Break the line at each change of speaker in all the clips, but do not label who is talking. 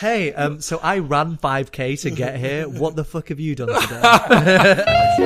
Hey, um, so I ran 5k to get here. What the fuck have you done today?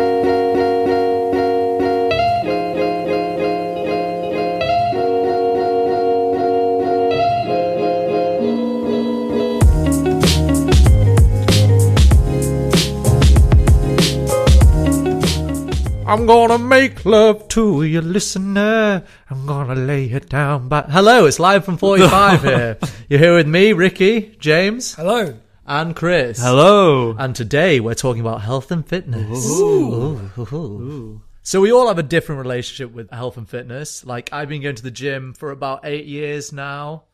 I'm gonna make love to you, listener. I'm gonna lay it down by.
Hello, it's live from 45 here. You're here with me, Ricky, James,
Hello.
and Chris.
Hello.
And today we're talking about health and fitness. Ooh. So we all have a different relationship with health and fitness. Like I've been going to the gym for about eight years now.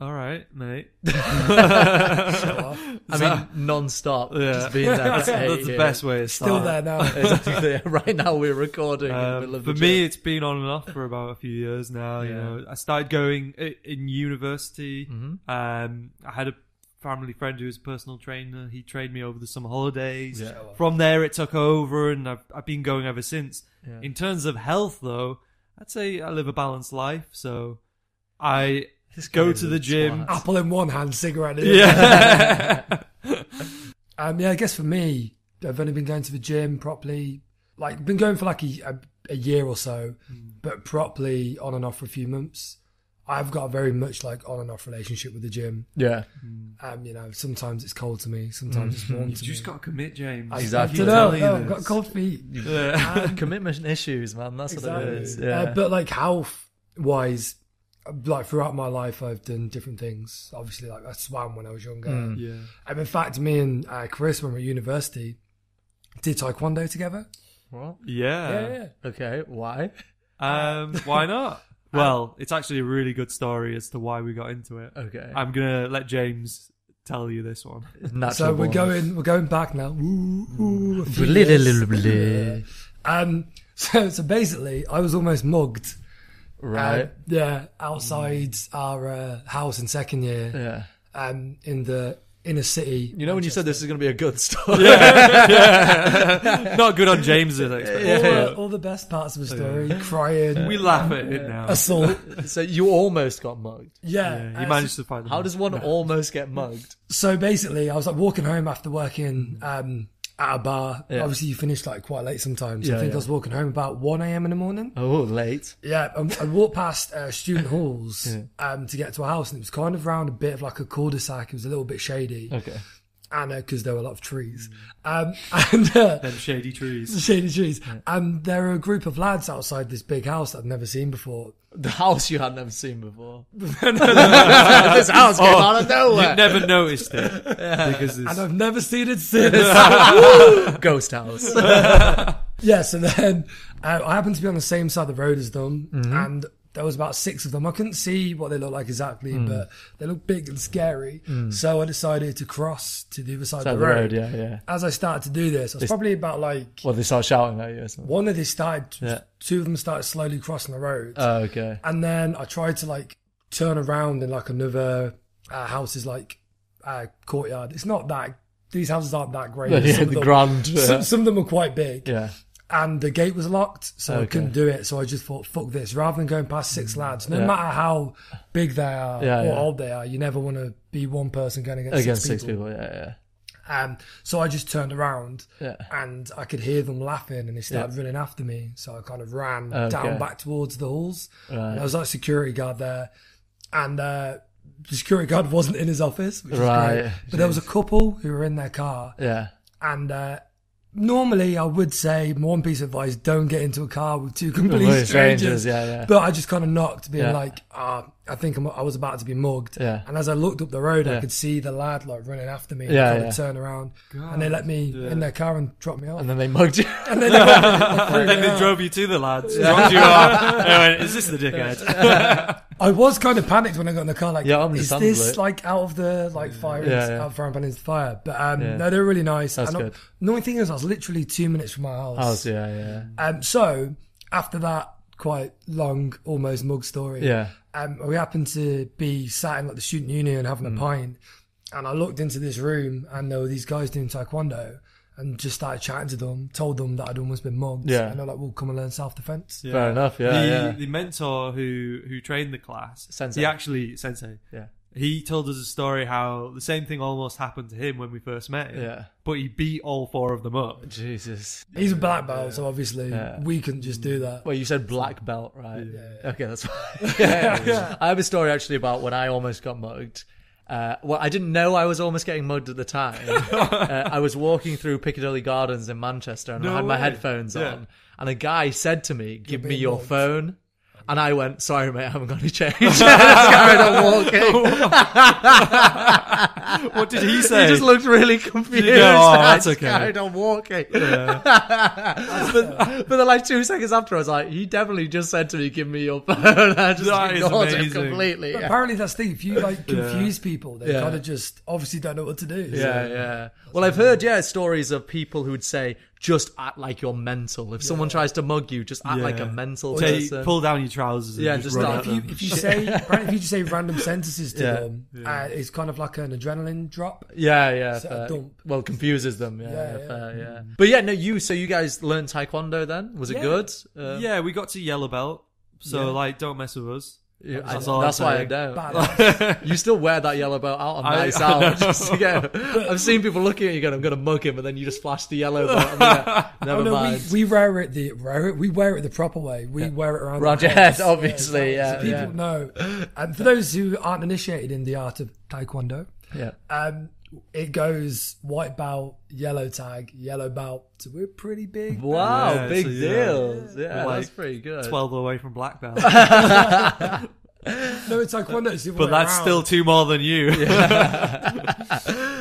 All right, mate.
I mean, non-stop.
Yeah.
Just being there
That's,
for eight
that's the
years.
best way to start.
Still there now.
Exactly. right now we're recording in the
Um,
middle of
for
the
me,
gym.
it's been on and off for about a few years now. You
Yeah.
know, I started going i- in university.
Mm-hmm.
Um, I had a family friend who was a personal trainer. He trained me over the summer holidays.
Yeah.
From there, it took over, and I've, I've been going ever since.
Yeah.
In terms of health, though, I'd say I live a balanced life. So I
This guy
go
is
to
a
the gym.
twat.
Apple in one hand, cigarette in the other.
Yeah.
Um, yeah, I guess for me, I've only been going to the gym properly, like, been going for like a, a, a year or so,
Hmm.
but properly on and off for a few months. I've got a very much like on and off relationship with the gym.
Yeah.
Um, you know, sometimes it's cold to me, sometimes it's warm
Hmm. you
to
just
me.
got to commit, James.
I,
Exactly.
I don't
Tell
know.
you
no, I've got
this.
cold feet.
Yeah.
Ah, Commitment issues, man. That's what it is.
Exactly.
Yeah.
Uh, but like health wise, like throughout my life, I've done different things. Obviously, like I swam when I was younger.
Hmm.
yeah.
And in fact, me and uh, Chris, when we were at university, did taekwondo together.
What?
Yeah.
Okay. Why?
Um, why not? Well, it's actually a really good story as to why we got into it.
Okay.
I'm gonna let James tell you this one.
Natural
So we're
born.
going, we're going back now. Ooh, ooh, a few
Bleh,
years.
bleh, bleh, bleh.
Um, so, so basically, I was almost mugged. uh,
Right.
yeah, outside our uh, house in second year,
yeah.
um, in the inner city.
You know when you said this is going to be a good story?
Not good on James's expectations.
all, the, all the best parts of
Oh,
the story, crying,
We laugh at it now.
assault.
So you almost got mugged.
Yeah.
Yeah,
uh,
he managed to find.
How does one almost get mugged?
so basically, I was like walking home after working um, at a bar.
Yeah.
Obviously, you finish like quite late sometimes.
Yeah,
I think
yeah.
I was walking home about 1 a.m. in the morning.
Oh, late.
Yeah. And I walked past uh, student halls um, to get to a house, and it was kind of round a bit of like a cul de sac. It was a little bit shady.
Okay. Mm.
And because there were a lot of trees. Um, and. Uh,
them shady trees?
Shady trees, and there were a group of lads outside this big house that I'd never seen before.
The house you had never seen before. Oh. this house came out of nowhere.
You've never noticed it because
And
it's
I've never seen it since.
Ghost house.
Yeah, so then uh, I happened to be on the same side of the road as them,
Mm-hmm.
and there was about six of them. I couldn't see what they looked like exactly,
Mm.
but they looked big and scary. So I decided to cross to the other side
Down
of the road.
yeah, yeah.
As I started to do this, I was probably about like
Well, they start shouting at you or something.
one of these started,
Yeah.
two of them started slowly crossing the road,
Oh, okay.
and then I tried to like turn around in like another uh, house's like uh, courtyard. It's not that these houses aren't that great.
Yeah,
some,
the
of them,
grand.
some,
Yeah.
some of them are quite big
yeah.
and the gate was locked, so I
Okay. Mm.
couldn't do it. So I just thought, fuck this. Rather than going past six lads, no matter how big they are
Yeah,
or
yeah.
old they are, you never want to be one person going against,
Against
six,
six
people.
people. Yeah,
Um, so I just turned around
yeah. Yeah.
and I could hear them laughing and they started running after me. So I kind of ran
Okay.
down back towards the halls. And there was like a security guard there. And uh, the security guard wasn't in his office, which
Right.
was great. But there was a couple who were in their car
Yeah.
and uh, normally I would say my one piece of advice: don't get into a car with two complete
Complete
strangers.
strangers, yeah, yeah.
But I just kind of knocked, being
Yeah.
like, ah, I think I'm, I was about to be mugged.
Yeah.
And as I looked up the road,
Yeah.
I could see the lad like running after me.
Yeah,
Yeah, kind
yeah.
of turn around, and they let me in their car and dropped me off.
And then they mugged you.
And then they went-
and then they drove you to the lads. dropped you off. and I went, Is this the dickhead?
I was kind of panicked when I got in the car. Like,
Yeah,
is
understandably.
this like out of the like fire?
Yeah, yeah.
Out of fire and pan into fire. But um,
Yeah.
no, they were really nice.
That's
and I-
good.
The only thing is, I was literally two minutes from my house.
Oh, yeah, yeah.
Um, so after that quite long, almost mug story,
Yeah.
um, we happened to be sat in like the student union having
Mm.
a pint, and I looked into this room and there were these guys doing taekwondo. And just started chatting to them, told them that I'd almost been mugged.
Yeah.
And they're like, well, come and learn self defense.
Fair enough, yeah,
The,
yeah.
the mentor who who trained the class,
Sensei.
He actually sensei.
Yeah.
He told us a story how the same thing almost happened to him when we first met him.
Yeah.
But he beat all four of them up.
Jesus.
He's a black belt, so obviously
Yeah.
we couldn't just do that.
Well, you said black belt, right? Okay, that's fine. Yeah, yeah. I have a story actually about when I almost got mugged. Uh, well, I didn't know I was almost getting mugged at the time. uh, I was walking through Piccadilly Gardens in Manchester and I
No
had my
way.
headphones
Yeah.
on. And a guy said to me, Give me
being
your
mugged.
phone. And I went, Sorry, mate, I haven't got any change. And I just carried on walking.
What did he
He
say?
just looked really confused.
"Oh,
and I
that's
just
okay."
Carried on walking. but, but then, like two seconds after, I was like, "He definitely just said to me, give me your phone.' I just
That is
ignored him
amazing.
completely.
But
Yeah,
Apparently, that's the thing. If you like confuse people, they
Yeah.
kind of just obviously don't know what to do.
yeah. yeah. Well, I've heard yeah stories of people who'd say, "Just act like you're mental. If someone tries to mug you, just act like a
Yeah.
mental
Say,
person."
pull down your trousers. And
Yeah,
just,
just
run
start-
at
If you,
them.
if you say apparently if you just say random sentences to
Yeah.
them, Uh, it's kind of like an adrenaline drop.
yeah, yeah.
So
fair.
dump.
Well, confuses them. Yeah, yeah,
Yeah,
yeah.
yeah.
Fair, yeah. But yeah, no, you. So you guys learned taekwondo then? Was it
Yeah.
good? Um,
yeah, we got to yellow belt. So
Yeah.
like, don't mess with us.
yeah, I-
That's
that's,
all I'm
why I
saying.
don't.
Bad.
You still wear that yellow belt out on
I-
nights
I know.
out. Just to get, I've seen people looking at you going, I'm going to mug him, and then you just flash the yellow belt. And they're like, Never
Oh, no,
mind.
we, we wear it the wear it, we wear it the proper way. We wear it around
Around
the
your head,
hips.
obviously, yeah,
so people know. And for those who aren't initiated in the art of taekwondo,
yeah.
um, it goes white belt, yellow tag, yellow belt. So we're pretty big.
Wow,
Yeah,
big
so, yeah.
deals. Yeah,
Like,
that's pretty good.
Twelve away from black belt,
No, it's taekwondo. It's the other
but
way
that's
around.
still two more than you.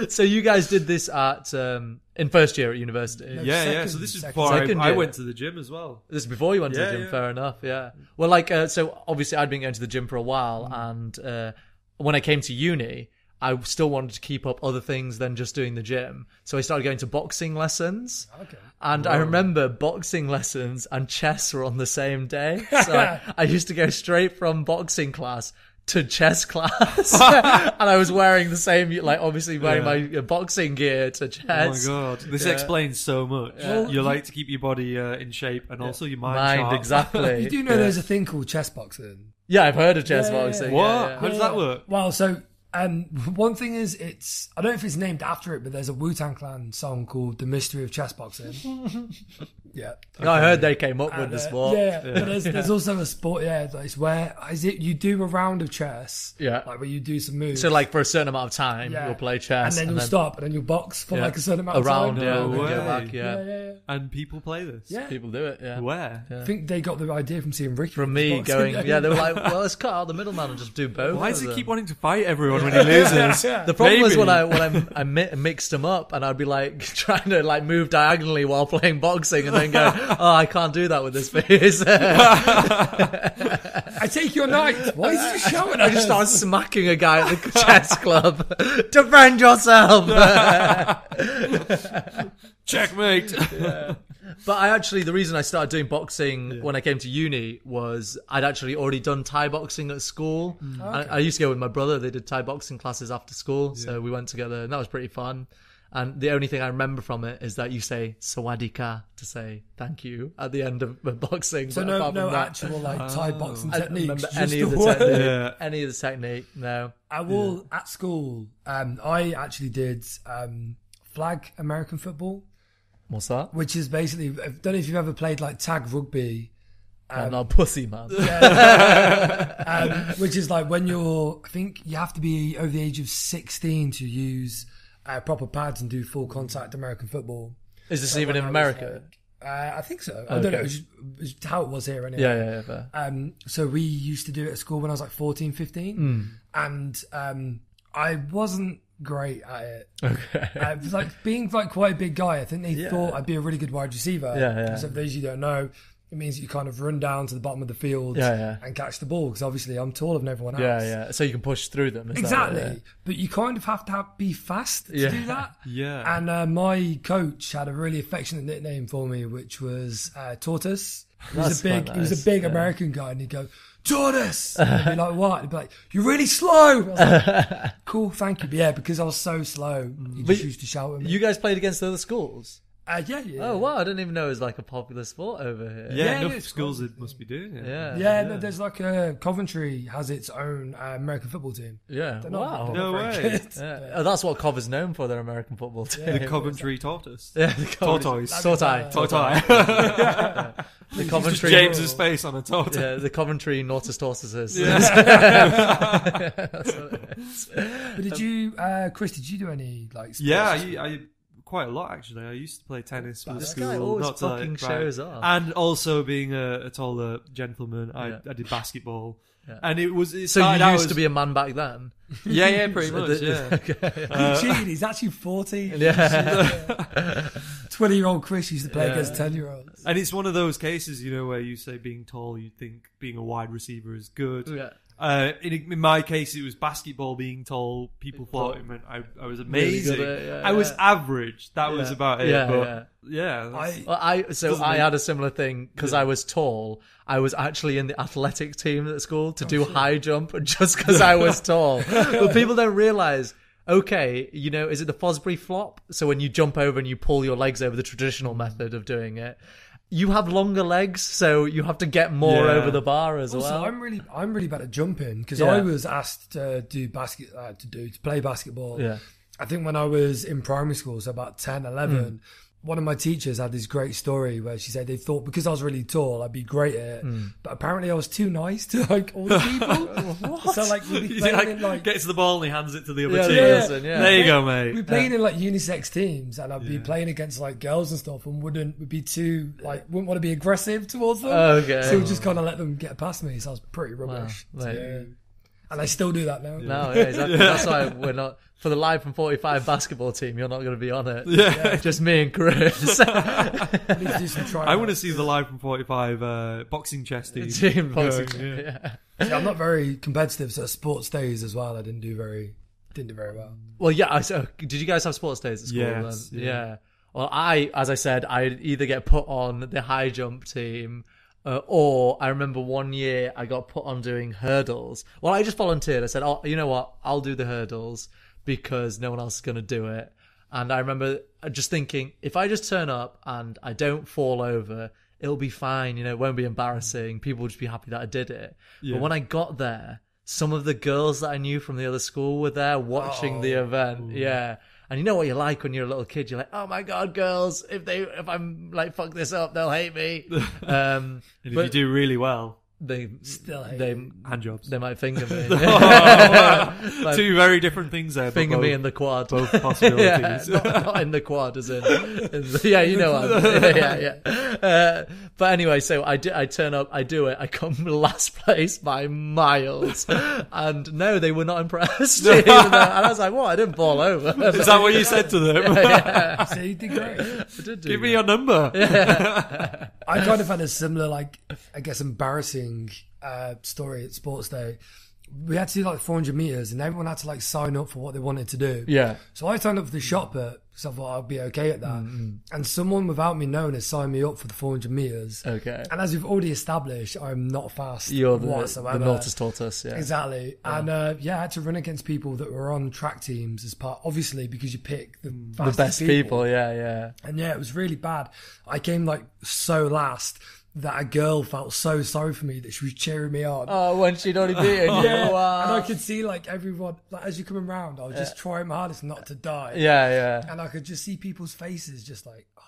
So you guys did this at um, in first year at university.
No.
yeah, yeah.
Second-
So this is
second-
before I,
Second
I
year.
went to the gym as well. Oh
This is before you went to
Yeah,
the gym.
yeah.
Fair enough. Yeah. Well, like, uh, so obviously I'd been going to the gym for a while, and uh, when I came to uni, I still wanted to keep up other things than just doing the gym. So I started going to boxing lessons.
Okay.
And I remember boxing lessons and chess were on the same day. So I, I used to go straight from boxing class to chess class. and I was wearing the same, like, obviously wearing my uh, boxing gear to
Oh my
chess.
god, this explains so much. You like to keep your body uh, in shape and also your mind.
Mind,
sharp.
exactly.
You do know
yeah.
there's a thing called chess boxing.
Yeah, I've heard of chess
Yeah, yeah,
boxing.
What?
yeah, yeah.
How does that work?
Well, so um, one thing is, it's I don't know if it's named after it, but there's a Wu Tang Clan song called "The Mystery of Chess Boxing." yeah,
No, I heard they came up with
And,
the
uh,
sport.
Yeah, but there's, there's also a sport. Yeah, it's where is it? You do a round of chess.
Yeah.
like where you do some moves.
So, like, for a certain amount of time,
Yeah.
you'll play chess.
and then you'll stop, and then you'll box for
yeah,
like a certain amount
a
of
round,
time.
yeah,
No
and then go
way.
back, yeah.
yeah, yeah, yeah.
And people play this.
Yeah.
People do it, yeah.
Where?
I think they got the idea from seeing Ricky.
From me
boxing.
going, yeah, they were like, well, let's cut out the middleman and just do both.
Why
of
does he
them.
keep wanting to fight everyone when he loses?
The problem was when
Maybe.
I when I, I mi- mixed them up and I'd be like trying to like move diagonally while playing boxing and then go, oh, I can't do that with this face. I
I take your knight. Why is he shouting? I
just started smacking a guy at the chess club. Defend yourself.
Checkmate.
but I actually the reason I started doing boxing when I came to uni was I'd actually already done Thai boxing at school.
Mm.
I, I used to go with my brother. They did Thai boxing classes after school, so we went together, and that was pretty fun. And the only thing I remember from it is that you say "sawadika" to say thank you at the end of the boxing.
So
but
no,
apart from
no
that- Oh,
actual like Thai boxing
I don't
techniques.
remember
Just
any
the
of the
word.
technique.
Yeah.
Any of the technique? No.
I will at school. Um, I actually did um, flag American football,
What's that?
which is basically. I don't know if you've ever played like tag rugby,
I'm not a pussy, man.
um, which is like when you're. I think you have to be over the age of sixteen to use uh, proper pads and do full contact American football.
Is this even in
I was
America?
Uh, I think so. I don't know. It's, just- it's just how it was here anyway.
Yeah, yeah, yeah. fair.
Um, so we used to do it at school when I was like 14, 15.
Hmm.
And um, I wasn't great at it.
Okay.
I was like being like quite a big guy. I think they thought I'd be a really good wide receiver.
Yeah, yeah.
So for those of you who don't know, it means you kind of run down to the bottom of the field
Yeah, yeah.
and catch the ball because obviously I'm taller than everyone else.
Yeah, yeah. So you can push through them. is that right?
Exactly. But you kind of have to have, be fast to
Yeah.
do that.
Yeah.
And uh, my coach had a really affectionate nickname for me, which was uh, Tortoise. He
That's
was a big,
quite
he was
nice,
a big
yeah.
American guy, and he'd go, "Tortoise." And I'd be like, "What?" He'd be like, "You're really slow." I was like, cool, thank you. But yeah, because I was so slow, he just used to shout at me.
You guys played against other schools?
Uh, yeah, yeah.
Oh wow, I didn't even know it was like a popular sport over here.
Yeah,
Yeah,
enough
it's
schools
quite-
it must be doing it.
Yeah.
Yeah, no, there's like a Coventry has its own uh, American football team.
Yeah.
They're
Wow.
not,
No
they're not
way.
very good.
Yeah. Oh, that's what Cov is known for, their American football team.
The Coventry tortoise.
Yeah, the Cov-
Tortoise.
Tortoise.
Tortoise.
The Coventry.
James's face on a tortoise.
Yeah, the Coventry Nautis Tortoises.
But did you, uh, Chris? Did you do any like? Sports?
Yeah, I, I quite a lot actually. I used to play tennis with the
This
school.
guy always
not to, like,
fucking
right.
shows up.
And also being a, a taller gentleman, I,
Yeah.
I did basketball,
Yeah.
and it was it
so
started
you
out
used
as-
to be a man back then.
yeah yeah pretty much yeah.
Okay.
uh,
He cheated. He's actually 14.
yeah.
20 year old Chris used to play against 10 year olds.
And it's one of those cases, you know, where you say being tall, you think being a wide receiver is good.
Yeah.
Uh, in, in my case, it was basketball being tall. People thought it meant I, I was
Really good at
amazing.
it, yeah,
I was
yeah.
average. That was
Yeah.
about it.
Yeah,
but yeah, that's-
I,
Well, I so
Doesn't
I
mean-
had a similar thing because I was tall. I was actually in the athletic team at school
Oh,
to do high jump just because I was tall. but people don't realize. Okay, you know, is it the Fosbury flop? So when you jump over and you pull your legs over the traditional method of doing it, you have longer legs, so you have to get more
Yeah.
over the bar as
also,
well.
I'm really, I'm really bad at jumping because
Yeah.
I was asked to do basket, uh, to do, to play basketball.
Yeah.
I think when I was in primary school, so about 10, 11,
Hmm.
one of my teachers had this great story where she said they thought because I was really tall, I'd be great at it.
Hmm.
But apparently I was too nice to like all the people. So like we'd be
He's
playing
like,
in like,
gets the ball and he hands it to the other
Yeah,
team.
yeah, yeah. Yeah.
There you
Yeah.
go,
we
mate.
played in like unisex teams and I'd be playing against like girls and stuff and wouldn't would be too like wouldn't want to be aggressive towards them.
Okay.
So we just kind of let them get past me. So I was pretty rubbish.
Wow, mate.
Yeah. And I still do that now.
No, yeah, exactly. That's why we're not for the live from 45 basketball team. You're not going to be on it.
Yeah.
Just me and Chris.
I need to do some trying.
I want to see the live from 45 uh, boxing chess team.
team boxing.
Yeah.
yeah.
Yeah, I'm not very competitive, so sports days as well. I didn't do very, didn't do very well.
Well, yeah. I, so, did you guys have sports days at school?
Yes,
then?
yeah.
yeah. Well, I, as I said, I either get put on the high jump team, uh, or I remember one year I got put on doing hurdles. Well, I just volunteered. I said, "Oh, you know what? I'll do the hurdles because no one else is going to do it." And I remember uh, just thinking, if I just turn up and I don't fall over, it'll be fine. You know, it won't be embarrassing. People will just be happy that I did it. But when I got there, some of the girls that I knew from the other school were there watching the
Oh,
event. Yeah. And you know what you're like when you're a little kid. You're like, oh my god, girls! If they, if I'm like fuck this up, they'll hate me. Um,
And if
but
you do really well,
they
Still hate
they
hand jobs.
they might finger me,
Oh,
Oh, Like,
Two very different things there. but
finger me
both-
in the quad.
both
yeah,
possibilities.
not, not in the quad, as in, in the- yeah, you know what, I mean. yeah, yeah. Uh, but anyway, so I do, I turn up, I do it, I come last place by miles, and no, they were not impressed. Even though- and I was like, what? I didn't fall over.
Is that what you said to them?
So you did great.
I did do
Give me
that.
your number.
I kind of had a similar, like, I guess, embarrassing uh, story at sports day. We had to do like 400 meters, and everyone had to like sign up for what they wanted to do.
yeah.
So I signed up for the shot put because I thought I'd be okay at that.
Mm-hmm.
And someone without me knowing has signed me up for the 400 meters.
Okay.
And as we've already established, I'm not fast
You're the,
whatsoever.
the Nautis tortoise. Yeah.
Exactly. And uh, yeah, I had to run against people that were on track teams as part, obviously, because you pick the,
Mm. The
fastest
best people. Yeah. Yeah.
And yeah, it was really bad. I came like so last that a girl felt so sorry for me that she was cheering me on.
Oh, when she'd already beaten you. uh,
yeah.
Wow.
And I could see like everyone, like as you coming around, I was just trying my hardest not to die.
yeah. Yeah.
And I could just see people's faces just like, oh,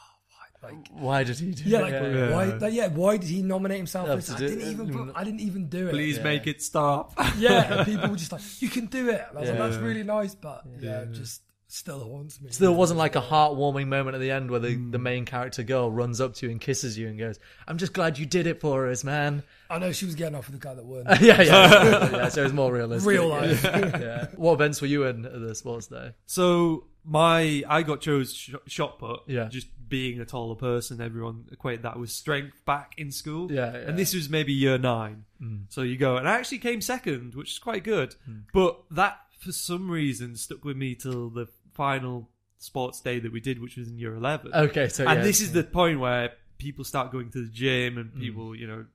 why? Like,
Why did he do?
yeah, like,
that?
why? Like, yeah, why did he nominate himself? for this? I
to do-
didn't even, put, I didn't even do it.
Please make it stop.
Yeah, and people were just like, "You can do it." And I was
Yeah.
like, "That's really nice," but yeah, it just still haunts me.
There wasn't like a heartwarming moment at the end where the, the main character girl runs up to you and kisses you and goes, "I'm just glad you did it for us, man."
I know she was getting off with the guy that won.
yeah, yeah, yeah. So it was more realistic.
Real life.
Yeah. What events were you in at the sports day?
So my I got chose sh- shot put.
Yeah.
Just being a taller person, everyone equated that with strength back in school.
Yeah, yeah. Mm.
And this was maybe year nine. So you go, and I actually came second, which is quite good. But that for some reason stuck with me till the final sports day that we did, which was in year eleven.
Okay, so
and
Oh, yeah. Mm.
this is the point where people start going to the gym and people, you know,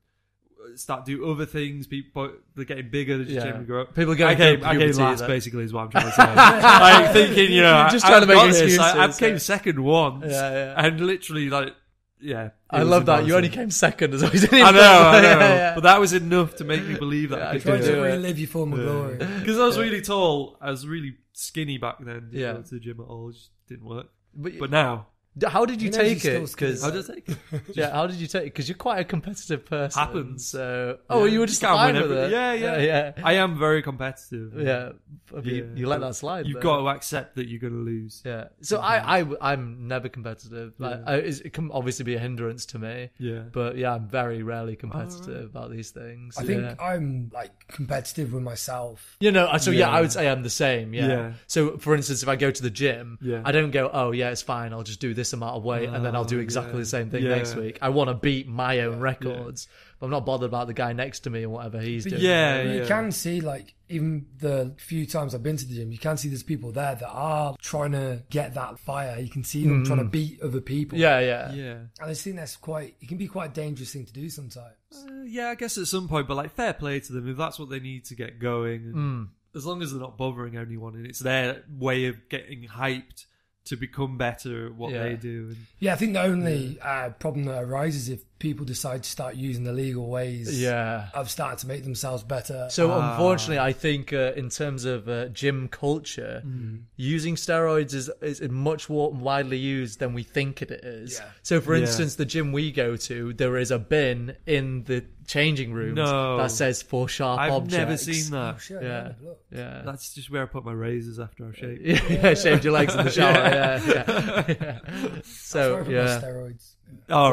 start do other things. People they're getting bigger. They're just
Yeah.
generally grow up.
People
I
going through
came, I came
puberty,
last,
that-
basically, is what I'm trying to say. I'm thinking, you know,
You're just
I-
trying to
I've
make
got this. I, I
excuses,
came
yeah.
second once,
Yeah, yeah.
and literally, like, yeah. it
I
was
love that. You only
embarrassing.
came second as well. You didn't
I
even-
know, I know.
Yeah, yeah.
But that was enough to make me believe that
Yeah,
I
I
could
tried
do
Trying
it.
Yeah.
to relive your former glory.
Because I was really tall. I was really skinny back then. Didn't
Yeah.
go to the gym at all. It just didn't work.
But,
But now,
how did you
You know, she's
take
still
it?
skinny.
Because
how does it take?
yeah, how did you take it? Because you're quite a competitive person.
Happens.
So oh,
Yeah.
well, you were
You
just
can't
fine
win
with
every-
it.
yeah, yeah.
yeah, yeah.
I am very competitive.
Yeah, but You,
Yeah.
you let that slide.
You've
but-
got to accept that you're going to lose.
Yeah. So I, I, I'm never competitive. Like,
Yeah.
I, it's- it can obviously be a hindrance to me.
Yeah.
But yeah, I'm very rarely competitive about these things.
I think
Yeah.
I'm like competitive with myself.
You know, I- so yeah.
Yeah.
I would say I'm the same. Yeah.
Yeah.
So for instance, if I go to the gym,
Yeah.
I don't go, oh yeah, it's fine. I'll just do this amount of weight and then I'll do
Oh,
exactly
yeah.
the same thing
Yeah.
next week. I want to beat my own records. But I'm not bothered about the guy next to me and whatever he's doing.
yeah,
You
yeah.
can see, like, even the few times I've been to the gym, you can see there's people there that are trying to get that fire. You can see them trying to beat other people.
Yeah. Yeah.
yeah.
And I just think that's quite, it can be quite a dangerous thing to do sometimes.
Uh, yeah, I guess at some point, but like fair play to them if that's what they need to get going. And
Hmm.
As long as they're not bothering anyone and it's their way of getting hyped to become better at what
Yeah.
they do. And,
Yeah, I think the only uh, problem that arises if people decide to start using the legal ways
Yeah.
of starting to make themselves better.
So
Ah.
unfortunately, I think uh, in terms of uh, gym culture,
Hmm.
using steroids is is much more widely used than we think it is.
Yeah.
So, for
Yeah.
instance, the gym we go to, there is a bin in the changing rooms
No.
that says for sharp
I've
objects.
never seen
oh,
that.
shit,
Yeah.
yeah, look.
Yeah.
That's just where I put my razors after I shave.
yeah, shaved your legs in the shower. yeah. yeah, yeah. So
Sorry for my
Oh, yeah,
steroids.
All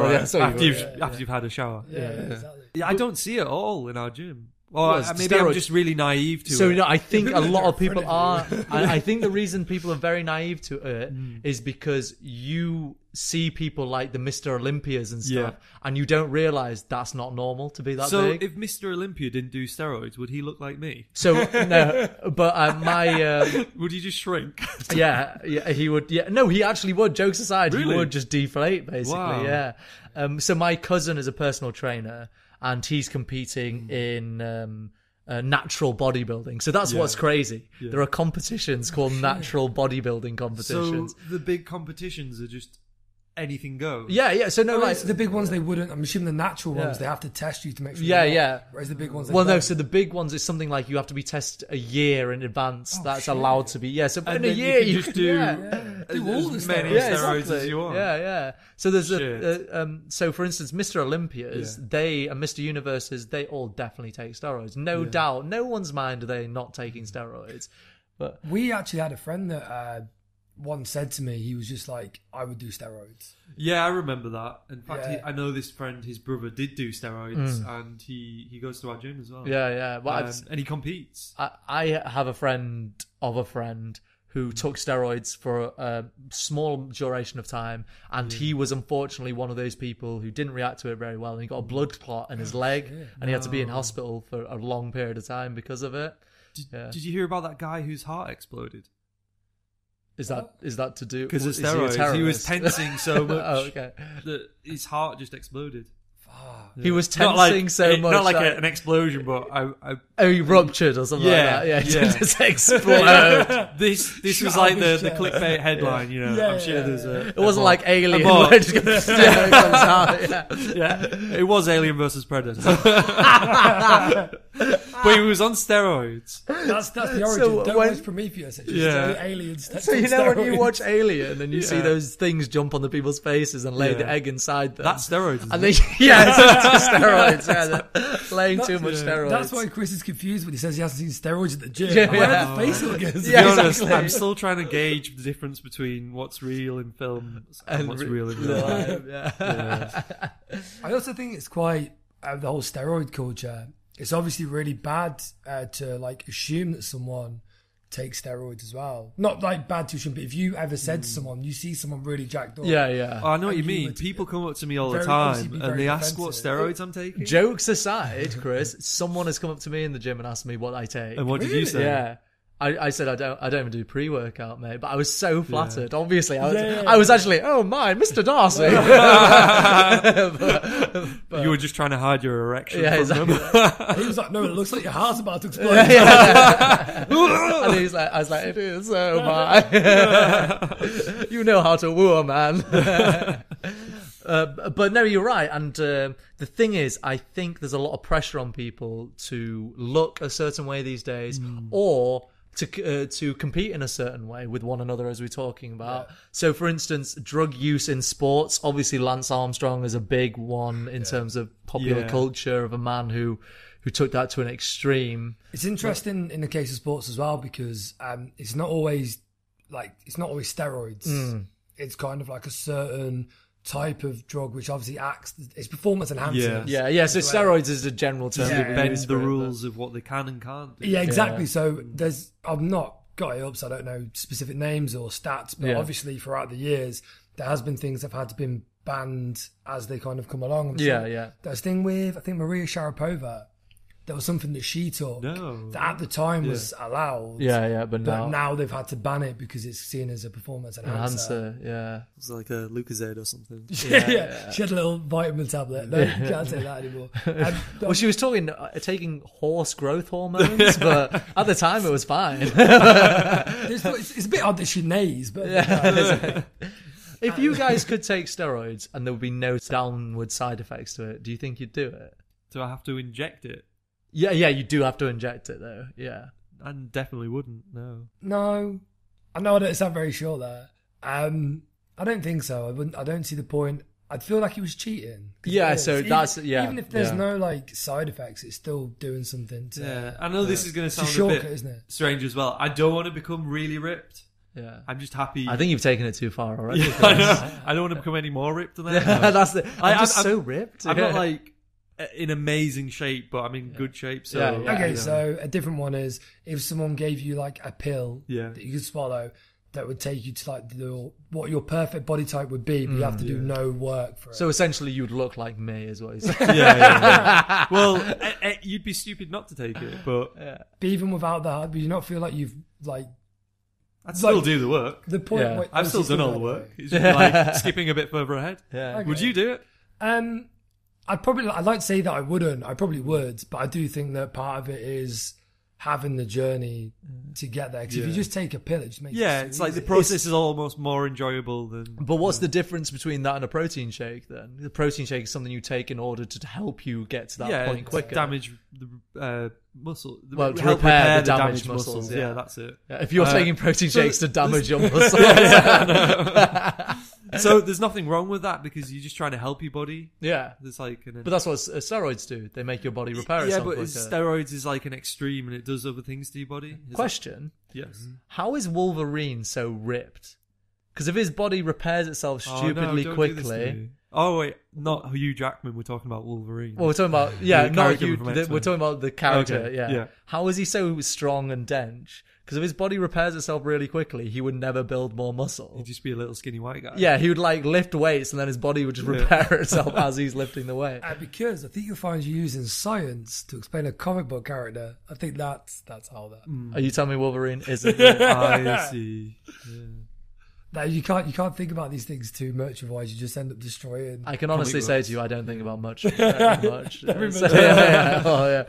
Well,
right.
yeah, so you
after
were,
you've
yeah,
after you've had a shower.
Yeah, yeah, exactly.
Yeah, I don't see it all in our gym.
Well,
Or
it's
maybe I'm
steroid-
just really naive to
So
it.
no, I think a lot of
They're
people are. I, I think the reason people are very naive to it is
Mm.
because you see people like the Mr. Olympias and stuff, and you don't realize that's not normal to be that
so
big.
if Mr. Olympia didn't do steroids, would he look like me?
so no, but uh, my um,
Would he just shrink?
yeah, yeah, he would. Yeah, no, he actually would. Jokes aside,
Really?
he would just deflate basically.
Wow.
Yeah. Um, so my cousin is a personal trainer, and he's
Hmm.
competing in um, uh, natural bodybuilding. So that's what's crazy. There are competitions called natural bodybuilding
so
competitions.
the big competitions are just anything goes.
yeah, yeah. So no,
Well,
like
it's the big ones they wouldn't. I'm assuming the natural ones
Yeah.
they have to test you to make sure.
Yeah,
you're not.
yeah.
Whereas the big ones. They
Well, no.
don't.
So the big ones is something like you have to be tested a year in advance. that's allowed to be. Yeah. So
Oh, And
in a
then
year,
you can just do
yeah.
as,
Do all
as
the
many
steroids.
steroids
Yeah,
as you want.
Yeah, yeah. So there's
Shit.
a, a um, so for instance, Mr. Olympias,
Yeah.
they and Mr. Universes, they all definitely take steroids. No doubt, no one's mind are they not taking steroids. But
we actually had a friend that uh, once said to me, he was just like, "I would do steroids."
Yeah, I remember that. In fact, he,
Yeah.
I know this friend, his brother did do steroids, and he, he goes to our gym as well.
Mm. yeah, yeah. But
Um,
I've,
and he competes.
I, I have a friend of a friend
Hmm.
who took steroids for a, a small duration of time, and he
Hmm.
was unfortunately one of those people who didn't react to it very well, and he got a
Hmm.
blood clot in his
Oh,
leg, and he had to be in hospital for a long period of time because of it.
Did,
Yeah.
did you hear about that guy whose heart exploded?
Is that is that to do
Because of
is he a
steroids. He, was
terrorist?
tensing so much
oh, okay.
that his heart just exploded.
Fuck.
He was
Not
tensing
like-
so
it-
much.
Not like a-
that-
an explosion, but I, I
oh, he ruptured or something
Yeah,
like that. Yeah,
yeah.
yeah. just exploded.
this this was
Shut
like
up,
the, the
yeah.
clickbait headline, you know.
Yeah,
I'm sure
yeah,
there's a.
It wasn't like Alien.
bot.
where it just goes- yeah, it comes out, yeah.
Yeah, it was Alien versus Predator. but he was on steroids.
That's that's the origin.
So
Don't
when-
watch Prometheus. It's just
Yeah.
the aliens.
So you know when you
steroids.
watch Alien and you see
Yeah.
those things jump onto people's faces and lay the
Yeah.
egg inside them.
That's steroids. isn't
and they,
it?
yeah, it's just steroids. Yeah, they're laying too much
yeah.
steroids.
That's why Chris is confused when he says he hasn't seen steroids at the gym.
Yeah,
Where
yeah.
the face look is.
Yeah,
be honest,
exactly.
I'm still trying to gauge the difference between what's real in film and, what's
re-
real in real life.
Yeah.
I also think it's quite uh, the whole steroid culture. It's obviously really bad uh, to like assume that someone takes steroids as well. Not like bad to assume, but if you ever said to someone, you see someone really jacked up.
Hmm. yeah, yeah.
Oh, I know what you
And you
mean.
would-
People come up to me all the
Very
time
easy, be
and
very
they ask what
defensive.
steroids I'm taking.
Jokes aside, Chris, someone has come up to me in the gym and asked me what I take.
And what did you say?
Yeah. I, I said I don't I don't even do pre workout, mate. But I was so flattered. Obviously, I was,
Yeah.
I was actually oh my, Mr. Darcy. But- but-
you were just trying to hide your erection.
Yeah,
from
exactly.
them.
He was like, no, it looks like your heart's about to explode.
Yeah, yeah. and he was like, I was like, it is so my. you know how to woo a man. Uh, b- but no, you're right. And um the thing is, I think there's a lot of pressure on people to look a certain way these days, or to c- uh, to compete in a certain way with one another, as we're talking about. So, for instance, drug use in sports. Obviously, Lance Armstrong is a big one in terms of popular
Yeah.
culture of a man who who took that to an extreme.
It's interesting in the case of sports as well because um, it's not always like it's not always steroids.
Mm.
It's kind of like a certain type of drug which obviously acts. It's performance enhancing.
Yeah.
Yeah, yeah. So steroids is a general term.
Yeah.
that we
Bend
use
the
for it, but-
rules of what they can and can't do.
Yeah, exactly. So there's, I've not got it up, so I don't know specific names or stats, but
Yeah.
obviously throughout the years, there has been things that have had been banned as they kind of come along. I'm
Yeah,
sure.
yeah.
There's a thing with, I think Maria Sharapova, there was something that she took
No.
that at the time was allowed.
Yeah, yeah. But,
But
now,
now they've had to ban it because it's seen as a performance enhancer.
uh,
answer. Yeah.
It's like a Lucasade or something.
Yeah, she had a little vitamin tablet. No, you can't say that anymore. Um,
Well, she was talking uh, taking horse growth hormones, but at the time it was fine.
it's, it's a bit odd that she neighs, but
if you guys could take steroids and there would be no downward side effects to it, do you think you'd do it?
So I have to inject it.
Yeah, yeah. You do have to inject it though. Yeah.
I definitely wouldn't. No.
No, I know I don't sound very sure there. Um, I don't think so. I wouldn't. I don't see the point. I'd feel like he was cheating. 'Cause
Yeah,
it is.
so
Even-
that's- yeah,
Even if there's
yeah.
no like side effects, it's still doing something to.
Yeah. I know this is going to
It's a
sound a,
shortcut,
bit
isn't it?
strange as well. I don't want to become really ripped.
Yeah.
I'm just happy.
I think you've taken it too far already.
Yeah, I, know. I don't want to become any more ripped than that.
That's the, I'm
I'm-
just
I'm-
so ripped.
I'm
yeah.
not like uh, in amazing shape, but I'm in good shape. So
Yeah, yeah.
okay,
you know.
so a different one is if someone gave you like a pill
Yeah.
that you could swallow that would take you to like the what your perfect body type would be, but you have to
Mm,
do no work for it.
So essentially, you'd look like me, is what he's saying.
yeah, yeah, yeah. well, eh, eh, you'd be stupid not to take it, but
But even without that, do you not feel like you've like
I'd still
Like-
do the work.
the point?
Yeah.
where-
I've still done all the work. It's just like skipping a bit further ahead.
Yeah.
Would you do it?
Um, I'd probably I'd like to say that I wouldn't. I probably would, but I do think that part of it is having the journey to get there. Because if you
Mm. Yeah.
just take a pill, it just makes it
Yeah,
so
it's like the
easy.
process is almost more enjoyable than.
But what's the difference between that and a protein shake then? The protein shake is something you take in order to help you get to that
yeah,
point
to
quicker.
damage the uh, muscle. the-
Well, to
help
repair the
damaged
damaged muscles, yeah.
that's it.
Yeah, if you're
Uh,
taking protein
so
shakes to
there's-
damage your muscles.
So there's nothing wrong with that because you're just trying to help your body.
yeah.
There's like an
But that's what s- uh, steroids do. They make your body repair
yeah,
itself
but
quicker.
it's- steroids is like an extreme and it does other things to your body. Is
Question.
that- yes.
How is Wolverine so ripped? Because if his body repairs itself
Oh, no,
stupidly
don't do this to
quickly...
me. Oh wait, not Hugh Jackman. We're talking about Wolverine.
Well, we're talking about yeah,
The
not
character
you.
from
the-
X-Men.
we're talking about the character.
Okay,
Yeah.
yeah.
How is he so strong and dense? Because if his body repairs itself really quickly, he would never build more muscle.
He'd just be a little skinny white guy.
Yeah, he would like lift weights and then his body would just repair itself as he's lifting the weight.
Uh, because I think you'll find you using science to explain a comic book character. I think that's that's how that
Hmm.
Are you telling me Wolverine isn't? ripped?
I see.
that you can't you can't think about these things too much, otherwise you just end up destroying.
I can honestly say to you, I don't think about much. very much. Yeah, so-
much.
yeah, yeah. Oh, yeah.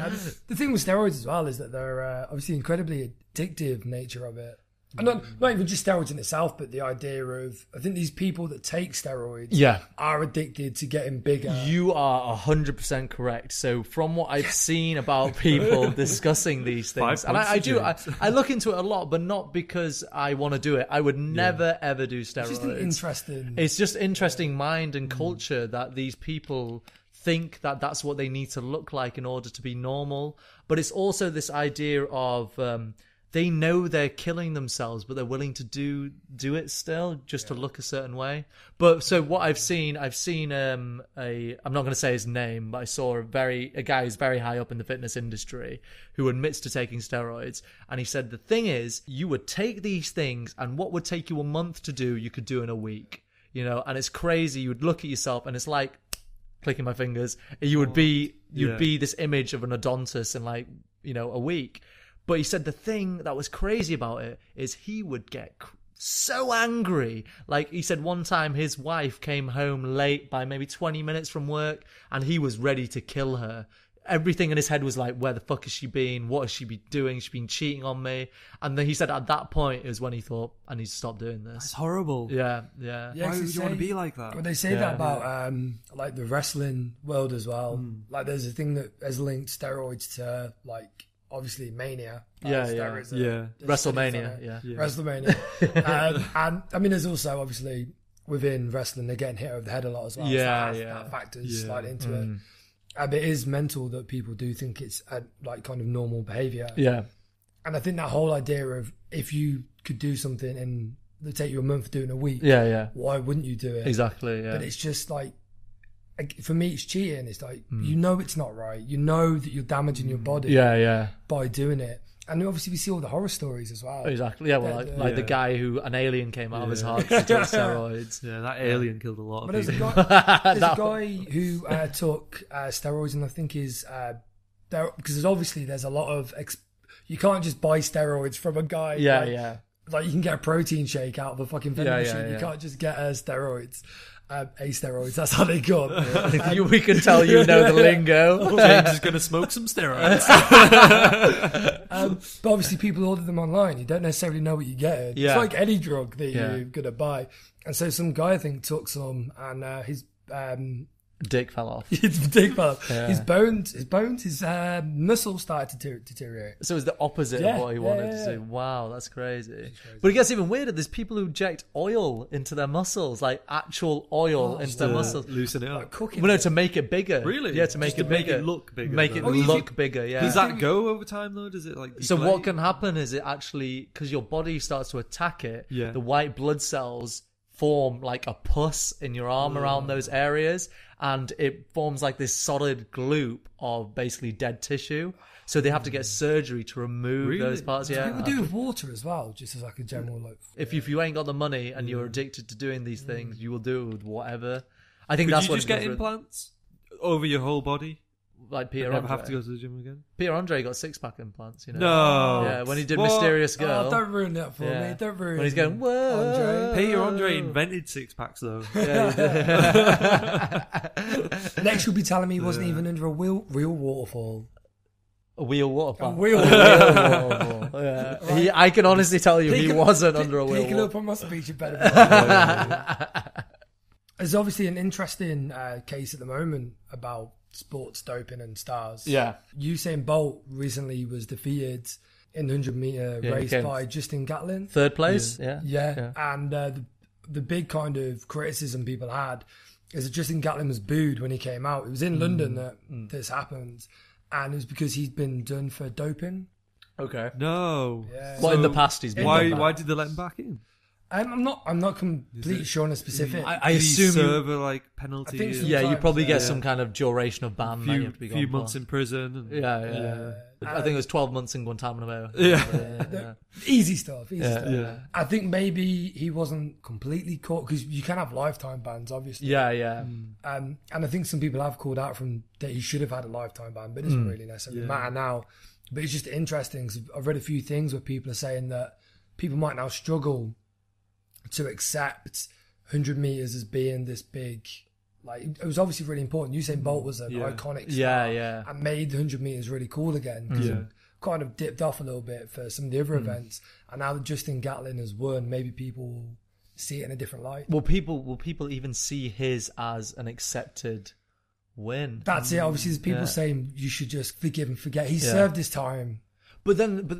the thing with steroids as well is that they're uh, obviously incredibly addictive nature of it. And not,
Mm.
not even just steroids in itself, but the idea of I think these people that take steroids
Yeah.
are addicted to getting bigger.
You are 100% correct. So, from what I've seen about people discussing these things,
Five
and I, I
points to
do, I, I look into it a lot, but not because I want to do it. I would never, ever do steroids.
Just an interesting.
it's just interesting mind and culture that these people think that that's what they need to look like in order to be normal but it's also this idea of um, they know they're killing themselves but they're willing to do do it still just to look a certain way but so what i've seen i've seen um a i'm not going to say his name but i saw a very a guy who's very high up in the fitness industry who admits to taking steroids and he said the thing is you would take these things and what would take you a month to do you could do in a week you know and it's crazy you would look at yourself and it's like clicking my fingers you would be you'd
Yeah.
be this image of an odontus in like you know a week But he said the thing that was crazy about it is he would get cr- so angry. Like he said one time his wife came home late by maybe 20 minutes from work and he was ready to kill her. Everything in his head was like, where the fuck has she been? What has she been doing? She's been cheating on me. And then he said at that point is when he thought, I need to stop doing
It's
this.
horrible.
Yeah, yeah.
Yeah,
Why
'cause
would
they
you want to
say-
be like that?
Well, they say
Yeah.
that about um, like the wrestling world as well.
Hmm.
Like, there's a thing that has linked steroids to like obviously mania. Like,
Yeah, yeah.
steroids are-
Yeah.
there's studies on
WrestleMania,
it.
yeah.
Yeah.
WrestleMania. um, and I mean, there's also obviously within wrestling they're getting hit over the head a lot as well. so
Yeah,
that, has-
yeah. Hmm.
that factors
Yeah.
slightly into it. Uh, but it is mental that people do think it's uh like kind of normal behavior.
Yeah.
And I think that whole idea of if you could do something and they take you a month doing a week,
Yeah, yeah.
why wouldn't you do it?
Exactly, yeah.
But it's just like, like, for me, it's cheating. It's like you know it's not right. You know that you're damaging your body
Hmm. yeah, yeah.
by doing it. And obviously, we see all the horror stories as well.
Exactly. Yeah, well, like,
Yeah.
like the
Yeah.
guy who an alien came out of his heart because he took steroids.
Yeah, that alien killed a lot
But
of
there's a
people.
guy, there's a
That-
guy who uh, took uh, steroids, and I think is uh, there because there's obviously there's a lot of ex- you can't just buy steroids from a guy.
yeah,
like,
yeah,
Like you can get a protein shake out of a fucking vending
Yeah, yeah,
machine. you
yeah.
can't just get uh, steroids, um, a steroids. That's how they go.
You- we can tell you know the lingo.
James is going to smoke some steroids.
Um, but obviously, people order them online. You don't necessarily know what you're getting.
Yeah.
It's like any drug that
Yeah.
you're gonna buy. And so, some guy I think took some, and uh, his um,
Dick fell off.
his dick fell. off. His bones, his bones, his uh, muscles started to deter- deteriorate.
So it's the opposite
Yeah,
of what he
yeah,
wanted
yeah,
to
yeah.
do. Wow, that's crazy. But it gets even weirder. There's people who inject oil into their muscles, like actual oil
Oh,
into their
Yeah,
muscles.
Loosen it up.
Cooking.
Well, no,
it.
to make it bigger.
Really?
Yeah, to make
Just to
it
make
bigger.
it look bigger,
Make
though.
it
Oh,
you
look
think-
bigger. Yeah.
Does that go over time though? Does it like
So what
deflate?
can happen is it actually because your body starts to attack it.
Yeah.
The white blood cells form like a pus in your arm
Oh.
around those areas, and it forms like this solid gloop of basically dead tissue. So they have to get surgery to remove
Hmm. Really?
those parts. Yeah.
People do with water as well, just as like a general like.
If you, if you ain't got the money and you're addicted to doing these things, you will do it with whatever. I think
Hmm. Could
that's
you
what
just
it
get
does with-
implants over your whole body?
like
You
Peter
never
Andre.
have to go to the gym again.
Peter Andre got six pack implants. You know.
No.
Yeah, when he did
What?
Mysterious Girl.
Oh, don't ruin that for
Yeah.
me. Don't ruin.
when he's going, whoa,
Andre.
Peter Andre invented six packs though.
Next, you'll be telling me he wasn't even under a real, real waterfall.
a wheel water
A
bag.
real
yeah. he, I can honestly tell you, he
Peek-
wasn't
pe-
under a
peeking
wheel.
up on my speech, you better. There's obviously an interesting uh, case at the moment about sports doping and stars.
Yeah.
Usain Bolt recently was defeated in the 100 meter
Yeah, he
race
came-
by Justin Gatlin.
Third place. Yeah.
Yeah, and uh, the, the big kind of criticism people had is that Justin Gatlin was booed when he came out. It was in
Mm.
London that this happened, and it was because he'd been done for doping.
Okay.
No.
Yeah.
Well, in
So
the past, he's been.
Why?
done that.
Why did they let him back in?
Um, I'm, I'm not. I'm not completely sure on the specific.
I, I
Did he
assume. You,
serve a like penalty.
I think
and
so.
yeah, you
Sometimes,
probably get
yeah.
some kind of duration of ban. that you
few,
have to be
few
gone for.
months in prison. And,
Yeah, yeah. I think it was twelve months in Guantanamo.
Yeah.
yeah.
easy stuff. Easy stuff.
yeah.
I think maybe he wasn't completely caught because you can have lifetime bans, obviously.
Yeah, yeah.
Hmm.
Um, and I think some people have called out from that he should have had a lifetime ban, but it doesn't really necessarily matter now. But it's just interesting 'cause I've read a few things where people are saying that people might now struggle to accept 100 meters as being this big. Like it was obviously really important. Usain Bolt was an
Yeah.
iconic
Yeah,
star
yeah.
and made the 100 meters really cool again. 'cause
Yeah.
it Kind of dipped off a little bit for some of the other
Hmm.
events, and now that Justin Gatlin has won, maybe people see it in a different light.
Will people will people even see his as an accepted win?
That's it. Obviously, there's people
Mm, Yeah.
saying you should just forgive and forget. He
Yeah.
served his time.
But then, but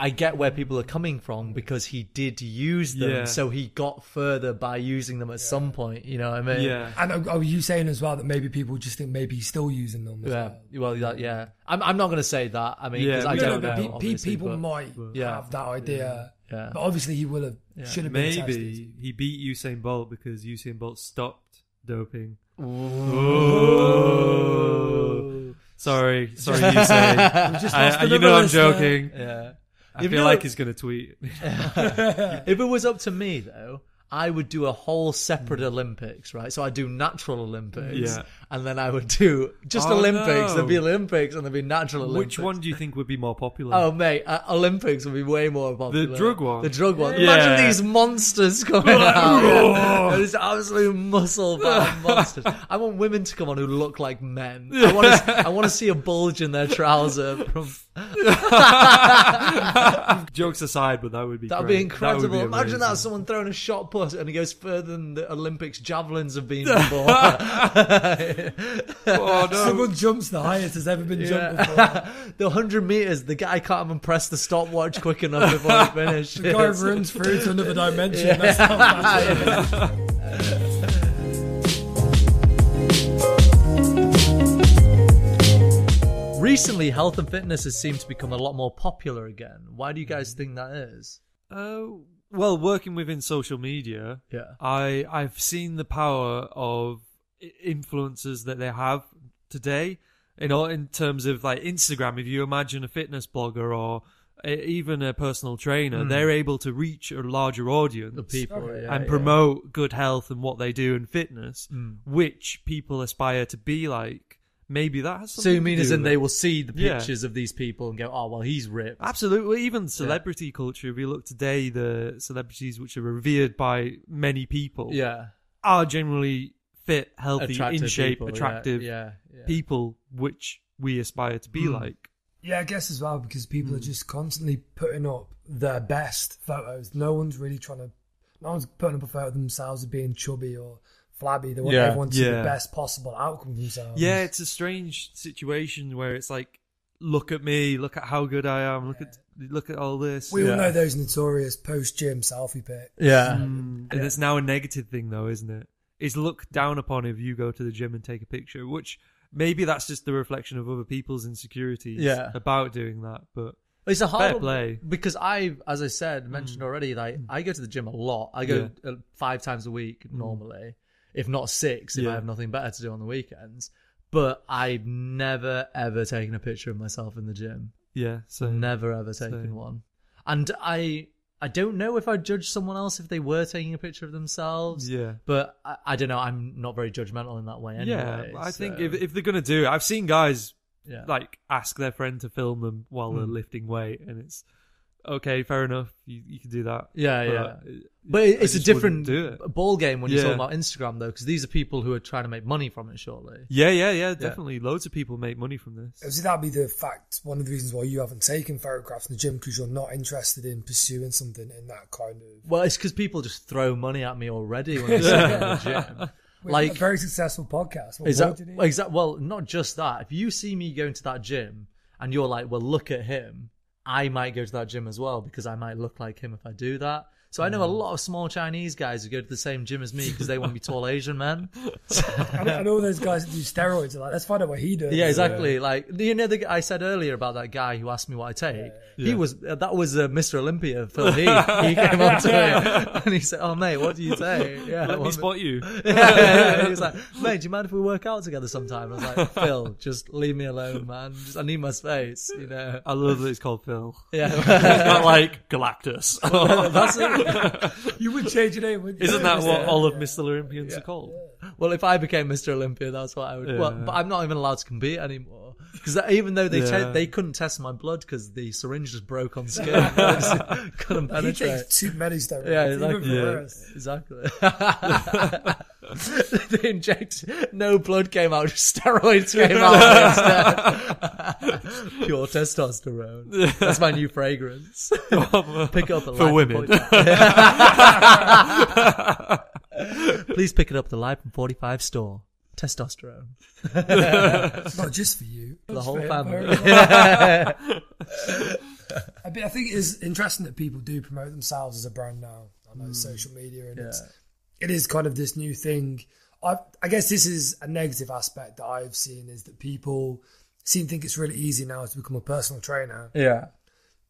I get where people are coming from because he did use them,
Yeah.
so he got further by using them at some point. You know what I mean?
Yeah.
And are, are you saying as well that maybe people just think maybe he's still using them? as
Yeah.
well?
Well, that, yeah. I'm. I'm not going to say that. I mean, 'cause
Yeah,
I
no,
No, no,
don't
but
know.
pe- pe-
obviously,
people
but-
might
yeah.
have that idea.
Yeah.
But obviously, he will have should have been tested.
Maybe he beat Usain Bolt because Usain Bolt stopped doping. Ooh. Sorry, sorry, Usain.
We just
I,
lost
I- you
another
know I'm
listener.
joking.
Yeah.
I
If
feel
you-
like he's gonna tweet.
If it was up to me, though, I would do a whole separate Olympics, right? So I do natural Olympics,
Mm. Yeah.
and then I would do just
Oh,
Olympics.
no.
There'd be Olympics, and there'd be natural Olympics.
Which one do you think would be more popular?
Oh mate, uh, Olympics would be way more popular.
drug one?
The drug one.
Yeah.
Imagine these monsters coming
Oh.
out. these absolute muscle bound monsters. I want women to come on who look like men. I want to. I want to see a bulge in their trouser. From
Jokes aside, but that would be
that'd
great.
be incredible.
That would be
Imagine
amazing.
that someone throwing a shot put and it goes further than the Olympics javelins have been before.
Oh no!
Someone jumps the highest has ever been jumped
Um, Yeah.
before.
the hundred meters, the guy can't even press the stopwatch quick enough before he finishes.
The guy runs through to another dimension. That's not bad.
Recently, health and fitness has seemed to become a lot more popular again. Why do you guys think that is?
Uh, well, working within social media,
Yeah.
I I've seen the power of i- influencers that they have today. You know, in terms of like Instagram, if you imagine a fitness blogger or uh, even a personal trainer, they're able to reach a larger audience
Hmm. The people.
Sorry.
yeah,
and
yeah. Hmm.
promote good health and what they do in fitness, which people aspire to be like. Maybe that has
So
something
you mean
to
as
do
in
with
they
it.
will see the
Yeah.
pictures of these people and go, oh, well, he's ripped.
Absolutely. Even celebrity culture, if you look today, the celebrities which are revered by many people
Yeah.
are generally fit, healthy,
Attractive
in shape,
people, yeah,
attractive
Yeah. yeah. Hmm.
people, which we aspire to be like.
Yeah, I guess as well because people are just constantly putting up their best photos. No one's really trying to. No one's putting up a photo of themselves of being chubby or flabby. They want
Yeah,
everyone to see
yeah.
the best possible outcome for themselves.
Yeah, it's a strange situation where it's like, look at me, look at how good I am, look at look at all this.
we
Yeah.
all know those notorious post gym selfie pics.
Yeah.
Mm, And it's now a negative thing, though, isn't it? It's looked down upon if you go to the gym and take a picture, which maybe that's just the reflection of other people's insecurities
Yeah.
about doing that. But
It's a hard
Fair play.
because I, as I said, mentioned already, like I go to the gym a lot. I go uh five times a week normally, if not six, if I
Yeah.
have nothing better to do on the weekends. But I've never ever taken a picture of myself in the gym.
yeah, so
Never ever taken
Same.
one. And I, I don't know if I'd judge someone else if they were taking a picture of themselves.
yeah.
But I, I don't know. I'm not very judgmental in that way. Anyway,
yeah, I think
so,
if if they're gonna do it, I've seen guys
yeah.
like ask their friend to film them while they're
Mm.
lifting weight, and it's okay, fair enough, you, you can do that.
yeah,
But,
yeah.
uh,
But it-
I
it's a
just
different
wouldn't do it.
ball game when you're
Yeah.
talking about Instagram, though, because these are people who are trying to make money from it, surely.
Yeah, yeah, yeah, definitely. Loads of people make money from this.
Obviously, that'd be the fact. One of the reasons why you haven't taken photographs in the gym because you're not interested in pursuing something in that kind of
Well, it's because people just throw money at me already when I'm sitting in the gym.
We've
Like-
got a very successful podcast. What
Is
more
that
do you need?
exact? Well, not just that. If you see me going to that gym and you're like, "Well, look at him," I might go to that gym as well because I might look like him if I do that. So I know a
Mm.
lot of small Chinese guys who go to the same gym as me because they want to be tall Asian men.
and, and all those guys that do steroids are like, let's find out what he does.
Yeah, exactly. Like you know, the, g- I said earlier about that guy who asked me what I take. He
Yeah.
was uh, that was uh, Mr. Olympia Phil He. he came up to me and he said, "Oh mate, what do you take?" Yeah,
Let me
one-
spot you.
yeah, yeah, yeah. He was like, "Mate, do you mind if we work out together sometime?" I was like, "Phil, just leave me alone, man. Just, I need my space." You know.
I love that it's called Phil.
Yeah,
It's not like Galactus.
that's it.
You would change your name, wouldn't you?
Isn't that what
Yeah.
all of Mr. Olympians are called?
Well, if I became Mr. Olympia, that's what I would. Well,
Yeah.
but I'm not even allowed to compete anymore because even though they
Yeah.
te- they couldn't test my blood because the syringe just broke on skin, It couldn't
He
penetrate.
takes too many steroids.
Yeah,
Even for
exactly.
Yeah.
us.
Exactly. they inject no blood came out, just steroids came out instead. Pure testosterone. That's my new fragrance. pick it up at
For
Life
women.
and 45 Please pick it up at the Life and 45 store. Testosterone.
Not just for you.
For the whole family.
I, mean, I think it is interesting that people do promote themselves as a brand now on
Hmm.
like, social media, and it's, it is kind of this new thing. I, I guess this is a negative aspect that I've seen is that people seem to think it's really easy now to become a personal trainer
Yeah.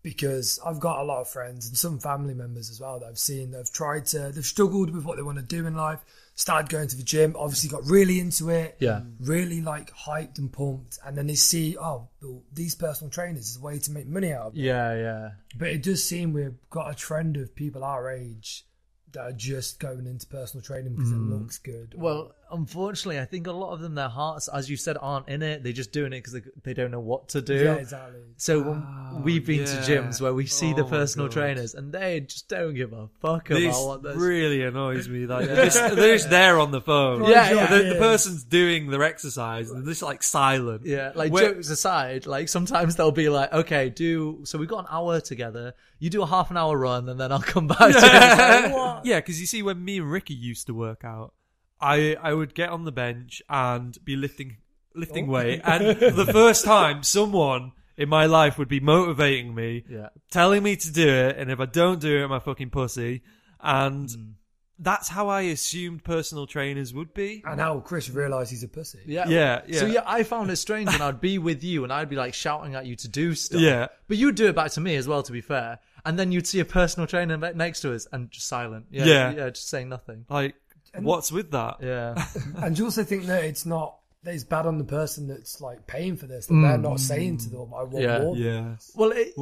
because I've got a lot of friends and some family members as well that I've seen that have tried to, they've struggled with what they want to do in life, started going to the gym, obviously got really into it,
Yeah.
really like hyped and pumped, and then they see, oh, well, these personal trainers is a way to make money out of it.
Yeah, yeah.
But it does seem we've got a trend of people our age that are just going into personal training because
Mm.
it looks good. or-
Well, unfortunately, I think a lot of them, their hearts, as you said, aren't in it. They're just doing it because they, they don't know what to do.
yeah, exactly.
So when we've been
yeah.
to gyms where we see the
Ah, Oh my
personal
God.
trainers, and they just don't give a fuck
This
about what they're
really annoys me. Like they're, just, they're just there on the phone.
Yeah, yeah,
The, the
yeah.
person's doing their exercise and they're just like silent.
Yeah, like
Where-
jokes aside, like sometimes they'll be like, "Okay, do so we've got an hour together. You do a half an hour run, and then I'll come back." to it. It's like, what?
yeah, because you see, when me and Ricky used to work out, I I would get on the bench and be lifting lifting
Oh.
weight, and the first time someone in my life would be motivating me,
Yeah.
telling me to do it, and if I don't do it, I'm a fucking pussy, and.
Mm.
That's how I assumed personal trainers would be.
And how Chris realised he's a pussy.
Yeah.
Yeah,
So
yeah.
yeah, I found it strange when I'd be with you and I'd be like shouting at you to do stuff.
Yeah.
But you'd do it back to me as well, to be fair. And then you'd see a personal trainer ne- next to us and just silent. Yeah.
Yeah.
Yeah. just saying nothing.
Like, what's with that?
Yeah.
And you also think that it's not that it's bad on the person that's like paying for this. That they're not saying to them, "I want
Mm. Yeah.
more."
Yeah.
Well, it,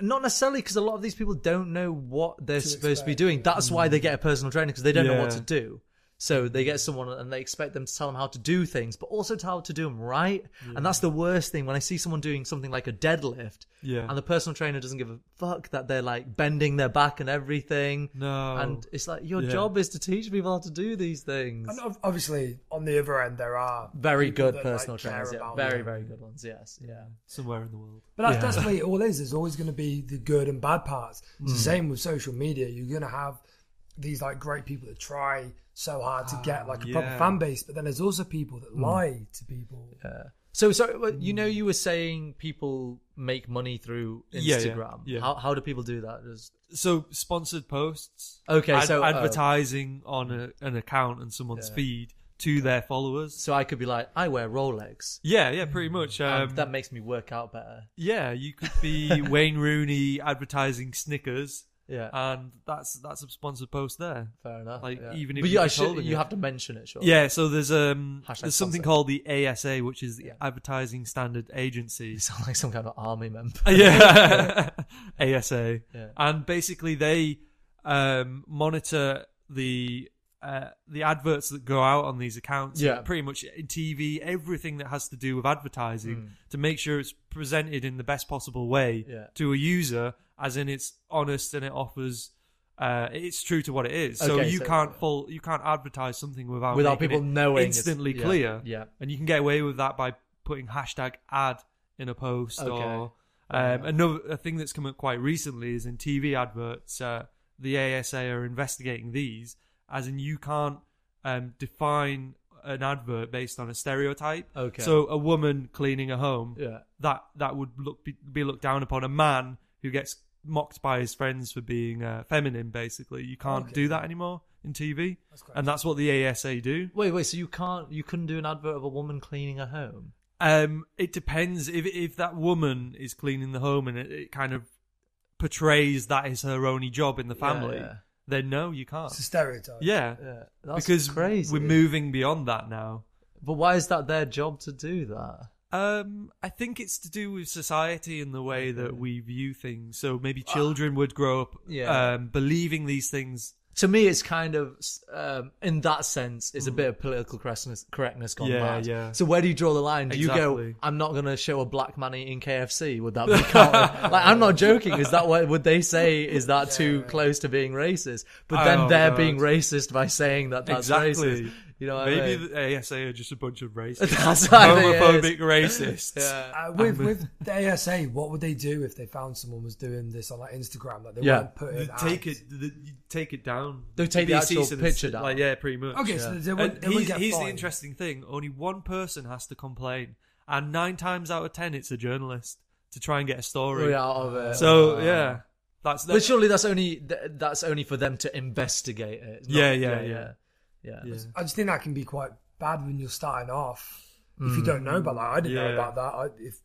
not necessarily because a lot of these people don't know what they're supposed to be
expect,
doing. That's why they get a personal trainer because they don't know what
Yeah.
to do. So they get someone and they expect them to tell them how to do things, but also to how to do them right. And that's the worst thing when I see someone doing something like a deadlift,
Yeah.
and the personal trainer doesn't give a fuck that they're like bending their back and everything.
No.
and it's like your
Yeah.
job is to teach people how to do these things.
And ob- obviously, on the other end, there are
Very
people
good
that, like,
personal
care
trainers, yeah.
about
very
them.
very good ones. Yes, yeah.
Somewhere in the world.
But that's, that's what it all is. There's always going to be the good and bad parts. It's
Mm.
the same with social media. You're going to have these like great people that try so hard to get like a
yeah.
Ah,
proper fan base, but then there's also people
Mm.
that lie to people.
So, so uh,
Hmm.
you know, you were saying people make money through
Yeah, yeah,
Instagram.
yeah.
How how do people do that? Just
So sponsored posts.
Okay, so, oh.
advertising on a, an account and someone's feed to their followers.
so I could be like, I wear Rolex.
Yeah, yeah, pretty much. Um,
Hmm. and that makes me work out better.
yeah, you could be Wayne Rooney advertising Snickers,
Yeah,
and that's that's a sponsored post there.
fair enough.
uh, like,
yeah.
even if
but
you're
I
just
should,
holding
you
it.
have to mention it, sure.
Yeah, so there's um
Hashtag
there's something
sponsored.
called the ASA, which is the
Yeah.
Advertising Standard
you
Agency.
sound like some kind of army member.
yeah, ASA,
Yeah.
and basically they um, monitor the uh, the adverts that go out on these accounts.
Yeah.
pretty much in TV, everything that has to do with advertising
Hmm.
to make sure it's presented in the best possible way
Yeah.
to a user, as in it's honest and it offers. Uh, it's true to what it is, so
Okay,
you
so-
can't full you can't advertise something without
Without
making
people
it
knowing, it's-
instantly
yeah,
clear.
yeah.
and you can get away with that by putting hashtag ad in a post
Okay.
or um, another a thing that's come up quite recently is in TV adverts. Uh, the ASA are investigating these, as in you can't um, define an advert based on a stereotype.
Okay.
So a woman cleaning a home,
Yeah.
that that would look be, be looked down upon. A man who gets mocked by his friends for being uh, feminine, basically, you can't do that anymore in TV, and that's what the ASA do.
Wait, wait. So you can't, you couldn't do an advert of a woman cleaning a home.
Um, it depends if if that woman is cleaning the home and it, it kind of portrays that is her only job in the family,
yeah.
then no, you can't.
It's a stereotype.
Yeah,
Yeah, that's
because
crazy.
we're moving beyond that now.
but why is that their job to do that?
Um, I think it's to do with society and the way that
Mm-hmm.
we view things. So maybe children would grow up
Ah. Yeah.
um, believing these things.
to me, it's kind of um, in that sense, it's a bit of political correctness, correctness gone
Hmm. Yeah,
mad.
yeah.
So where do you draw the line? Do you
Exactly.
go, I'm not going to show a black man eating KFC? Would that be counted? like I'm not joking? Is that what would they say? Is that too close to being racist? But then
Oh,
they're
God.
being racist by saying that that's
Exactly.
racist. You know, what Oh, I
Maybe uh,
mean?
the ASA are just a bunch of racists,
that's what I think it is.
homophobic racists.
Uh, with with the ASA, what would they do if they found someone was doing this on like Instagram? Like they
Yeah.
wouldn't put it.
They Take it, they- you take it down.
They'll take the
They
actual
cease and desist,
picture down.
Like, yeah, pretty much.
Okay, so they
And
wouldn't, they
here's,
wouldn't get
here's the
fined.
interesting thing: only one person has to complain, and nine times out of ten, it's a journalist to try and get a story.
Way out of it.
So yeah, that's
but surely that's only th- that's only for them to investigate it. It's not-
Yeah, yeah, yeah.
yeah.
Yeah.
I just think that can be quite bad when you're starting off. If you don't know about that, I didn't know
Yeah.
about that. I, if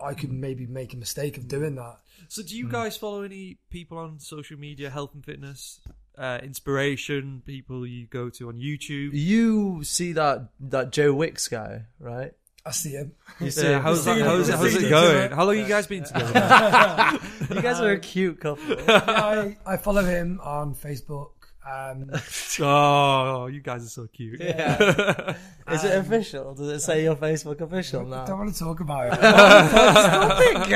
I I could maybe make a mistake of doing that.
So, do you guys follow any people on social media, health and fitness, uh, inspiration people you go to on YouTube?
You see that that Joe Wicks guy, right?
I see him.
You see, how's, that,
seen it,
how's,
we've
how's
seen
it
it.
going? How long you guys been together?
You guys are a cute couple.
I, I follow him on Facebook Um,
Oh, you guys are so cute.
Yeah. Is it official? Does it say your Facebook official
I
now?
don't want to talk about it.
Stop it,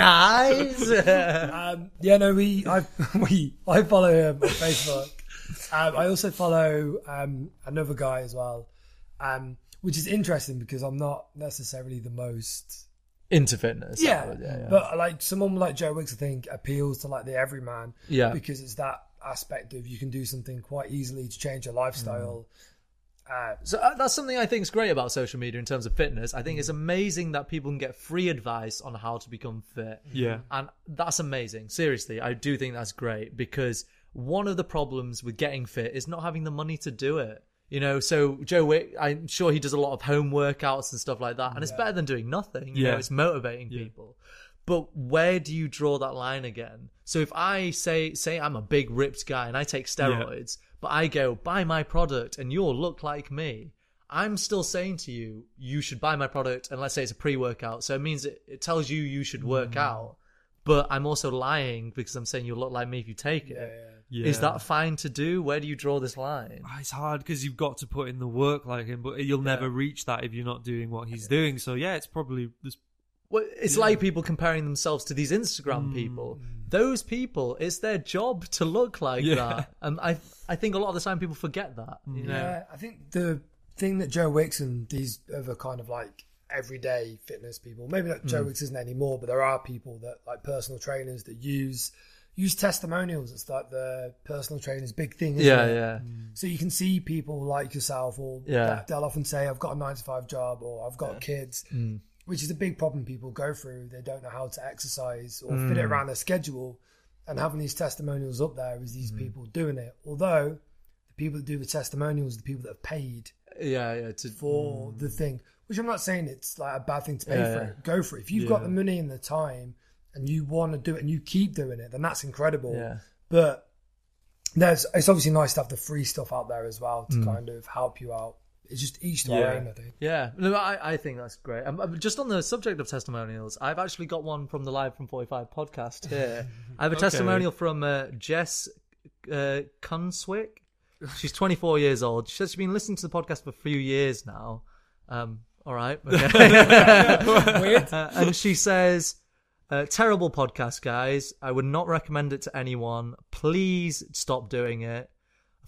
guys!
um, yeah, no, we I we I follow him on Facebook. Um, I also follow um, another guy as well, um, which is interesting because I'm not necessarily the most
Into fitness.
yeah,
yeah, yeah.
but like someone like Joe Wicks, I think appeals to like the everyman,
Yeah.
because it's that aspect of you can do something quite easily to change your lifestyle.
Mm.
Uh,
So uh, that's something I think is great about social media in terms of fitness. I think it's amazing that people can get free advice on how to become fit.
Yeah.
And that's amazing. Seriously, I do think that's great because one of the problems with getting fit is not having the money to do it. You know, so Joe Wick, I'm sure he does a lot of home workouts and stuff like that, and it's better than doing nothing. You
Yeah.
know, it's motivating people. But where do you draw that line again? So if I say say I'm a big ripped guy and I take steroids, but I go buy my product and you'll look like me, I'm still saying to you you should buy my product and let's say it's a pre-workout. So it means it, it tells you you should work
Mm.
out, but I'm also lying because I'm saying you'll look like me if you take it. Is
Yeah.
that fine to do? Where do you draw this line?
Ah, It's hard because you've got to put in the work like him, but you'll never reach that if you're not doing what he's doing. So yeah, it's probably this.
Well, it's like people comparing themselves to these Instagram people. Those people, it's their job to look like
Yeah.
that. And I, I think a lot of the time people forget that. you know?
Yeah, I think the thing that Joe Wicks and these other kind of like everyday fitness people, maybe not
Mm.
Joe Wicks isn't anymore, but there are people that like personal trainers that use use testimonials. It's like the personal trainer's big thing. Isn't
Yeah, Hmm.
it?
yeah.
So you can see people like yourself, or
Yeah.
that they'll often say, "I've got a nine to five job," or "I've got kids." Which is a big problem people go through. They don't know how to exercise or fit it around their schedule. And having these testimonials up there is these people doing it. Although the people that do the testimonials, the people that have paid
Yeah, yeah. To,
for the thing, which I'm not saying it's like a bad thing to pay
Mm. Yeah,
for
yeah.
it. Go for it. If you've got
Yeah.
the money and the time and you want to do it and you keep doing it, then that's incredible.
Yeah.
But there's it's obviously nice to have the free stuff out there as well to kind of help you out. It's just each to our
Yeah.
own, I think.
Mm. Yeah, no, I, I think that's great. Um, um, just on the subject of testimonials, I've actually got one from the Live from 45 podcast here. I have a testimonial from uh, Jess uh, Conswick. She's 24 years old. She says she's been listening to the podcast for a few years now. Um, all right. Okay. Uh, and she says, uh, terrible podcast, guys. I would not recommend it to anyone. Please stop doing it.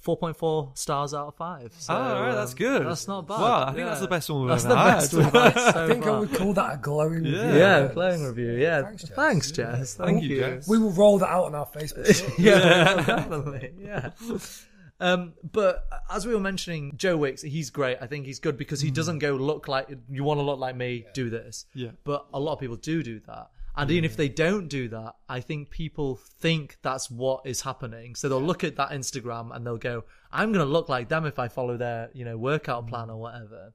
4.4 stars out of 5. So,
Oh, all right, that's
um,
good.
That's not bad.
Wow, I think that's
Yeah.
the best one we've
That's
ever
the
had.
best we've had so
I think I
far.
would call that a glowing review.
Yeah.
Yeah, playing review. Yeah,
Thanks,
thanks,
Jess.
Jess. Thank you.
Jess.
We will roll that out on our Facebook.
Yeah, definitely. Yeah. Um, but as we were mentioning, Joe Wicks, he's great. I think he's good because he doesn't go look like you want to look like me. Do this.
Mm. Yeah.
But a lot of people do do that, and even if they don't do that, I think people think that's what is happening. So they'll look at that Instagram and they'll go, "I'm going to look like them if I follow their you know
Mm.
workout plan or whatever."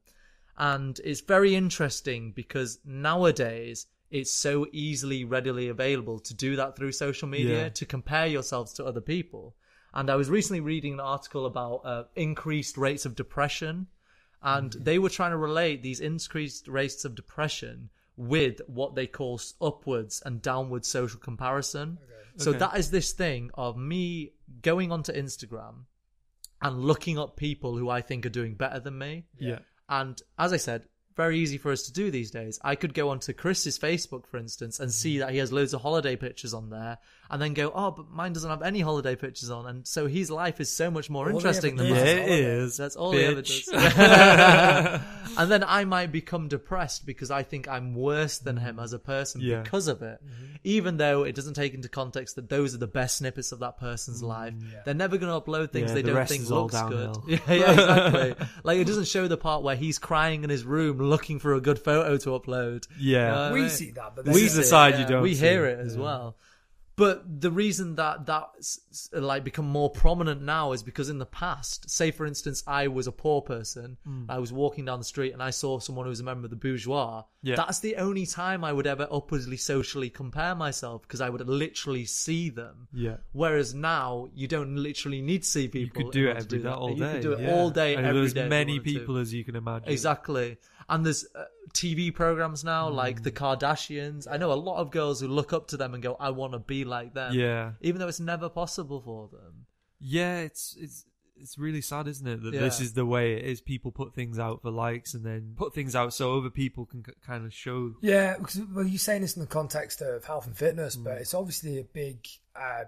And it's very interesting because nowadays it's so easily, readily available to do that through social media
Yeah.
to compare yourselves to other people. And I was recently reading an article about uh, increased rates of depression, and
Mm.
they were trying to relate these increased rates of depression with what they call s- upwards and downward social comparison. So
Okay.
that is this thing of me going onto Instagram and looking up people who I think are doing better than me.
Yeah.
And as I said, very easy for us to do these days. I could go onto Chris's Facebook, for instance, and
Mm.
see that he has loads of holiday pictures on there, and then go, oh, but mine doesn't have any holiday pictures on, and so his life is so much more
All he
interesting
ever
than
Yeah,
does
mine.
it is.
That's all he ever
bitch.
does. and then I might become depressed because I think I'm worse than him as a person
Yeah.
because of it.
Mm-hmm.
Even though it doesn't take into context that those are the best snippets of that person's
Mm,
life. They're never going to upload things
Yeah,
they
the
don't
rest
think
is all
looks good.
downhill.
Yeah, yeah, exactly. like it doesn't show the part where he's crying in his room looking for a good photo to upload.
Yeah.
Uh,
we
Right.
see that, but
We
that's-
see decide you
yeah,
don't
We
see
hear
it.
it as well. But the reason that that's like become more prominent now is because in the past, say for instance, I was a poor person.
Mm.
I was walking down the street and I saw someone who was a member of the bourgeois.
Yeah.
That's the only time I would ever upwardly socially compare myself because I would literally see them.
Yeah.
Whereas now you don't literally need to see people.
You could
in
do it
order to
every day,
that.
all day.
You could do it
yeah.
all day,
And
every
there's
day if you
many
wanted to.
people as you can imagine.
Exactly. And there's uh, TV programs
Mm.
now like the Kardashians. I know a lot of girls who look up to them and go, "I want to be like them."
Yeah.
Even though it's never possible for them.
Yeah, it's it's it's really sad, isn't it? That
Yeah.
this is the way it is. People put things out for likes and then put things out so other people can c- kind of show.
Yeah, because well, you're saying this in the context of health and fitness,
Mm.
but it's obviously a big uh,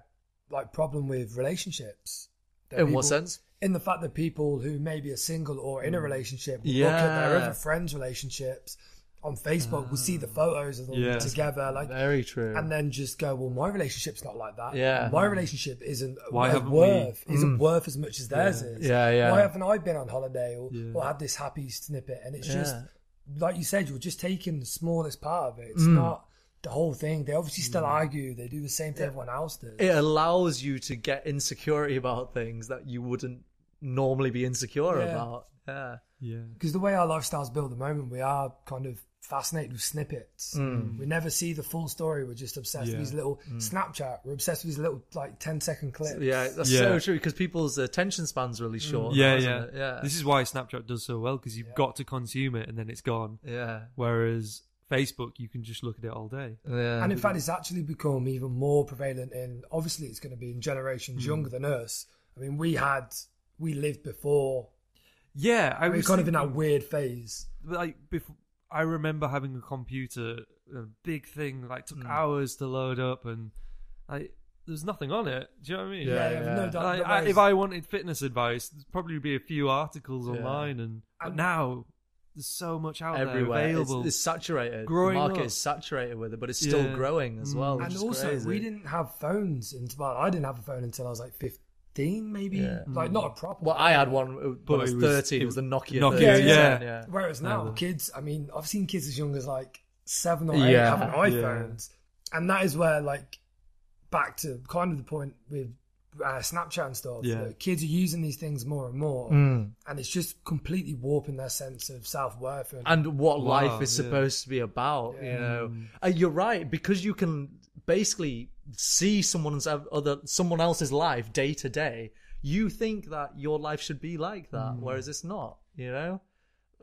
like problem with relationships. That
In what
people-
sense? Mm.
In the fact that people who maybe are single or in a relationship will look at their
Yeah. Mm.
other friends' relationships on Facebook, will see the photos of them
Yeah.
together, like,
Very true.
and then just go, "Well, my relationship's not like that.
Yeah.
my relationship isn't
Why
uh,
haven't we- Mm.
worth isn't worth as much as theirs is.
Yeah, yeah.
Why haven't I been on holiday or,
Yeah.
or had this happy snippet? And it's
Yeah.
just like you said, you're just taking the smallest part of it.
Mm.
It's not the whole thing. They obviously still
Mm.
argue. They do the same thing everyone else does.
it allows you to get insecurity about things that you wouldn't normally be insecure
Yeah.
about. Yeah.
Yeah.
Because the way our lifestyle's built at the moment, we are kind of fascinated with snippets. We never see the full story. We're just obsessed
Mm. Yeah. Mm.
with these little Snapchat. We're obsessed with these little like 10 second clips.
Yeah, that's
Yeah. Mm.
so true because people's attention spans really short.
Yeah,
now, isn't
yeah.
it? yeah,
This is why Snapchat does so well because you've got to consume it and then it's gone.
yeah,
Whereas Facebook, you can just look at it all day.
yeah.
Um,
And in fact, it's actually become even more prevalent in. Obviously, it's going to be in generations
Hmm.
younger than us. I mean, we had we lived before.
Yeah, I
We were
was
kind of in
thinking-
that weird phase.
like before I remember having a computer, a big thing, like took
Mm.
hours to load up, and like there's nothing on it. Do you know what I mean?
Yeah,
yeah,
yeah.
no doubt.
Like,
the
I,
ways-
if I wanted fitness advice, there'd probably be a few articles
Yeah.
online, and but
And-
now there's so much out
everywhere
there
It's-
available.
It's, saturated.
Growing
the market
up.
is saturated with it, but it's still
Yeah. Mm.
growing as well. Which
and
is
also
crazy.
we didn't have phones until well, I didn't have a phone until I was like fifteen, maybe
Yeah.
like not a proper.
Well,
one.
I had one when
But
I was
it was-
thirteen.
it
It was the Nokia.
Nokia,
3010,
yeah.
yeah.
Whereas now kids, I mean, I've seen kids as young as like seven or eight
Yeah.
having iPhones, and that is where like back to kind of the point with uh, Snapchat and stuff.
Yeah.
that kids are using these things more and more,
Mm.
and it's just completely warping their sense of self worth. And,
and what
Wow,
life is
yeah. Mm.
supposed to be about.
Yeah.
You know, Uh, you're right because you can basically see someone's ev- other someone else's life day to day. You think that your life should be like that,
Mm.
whereas it's not. You know,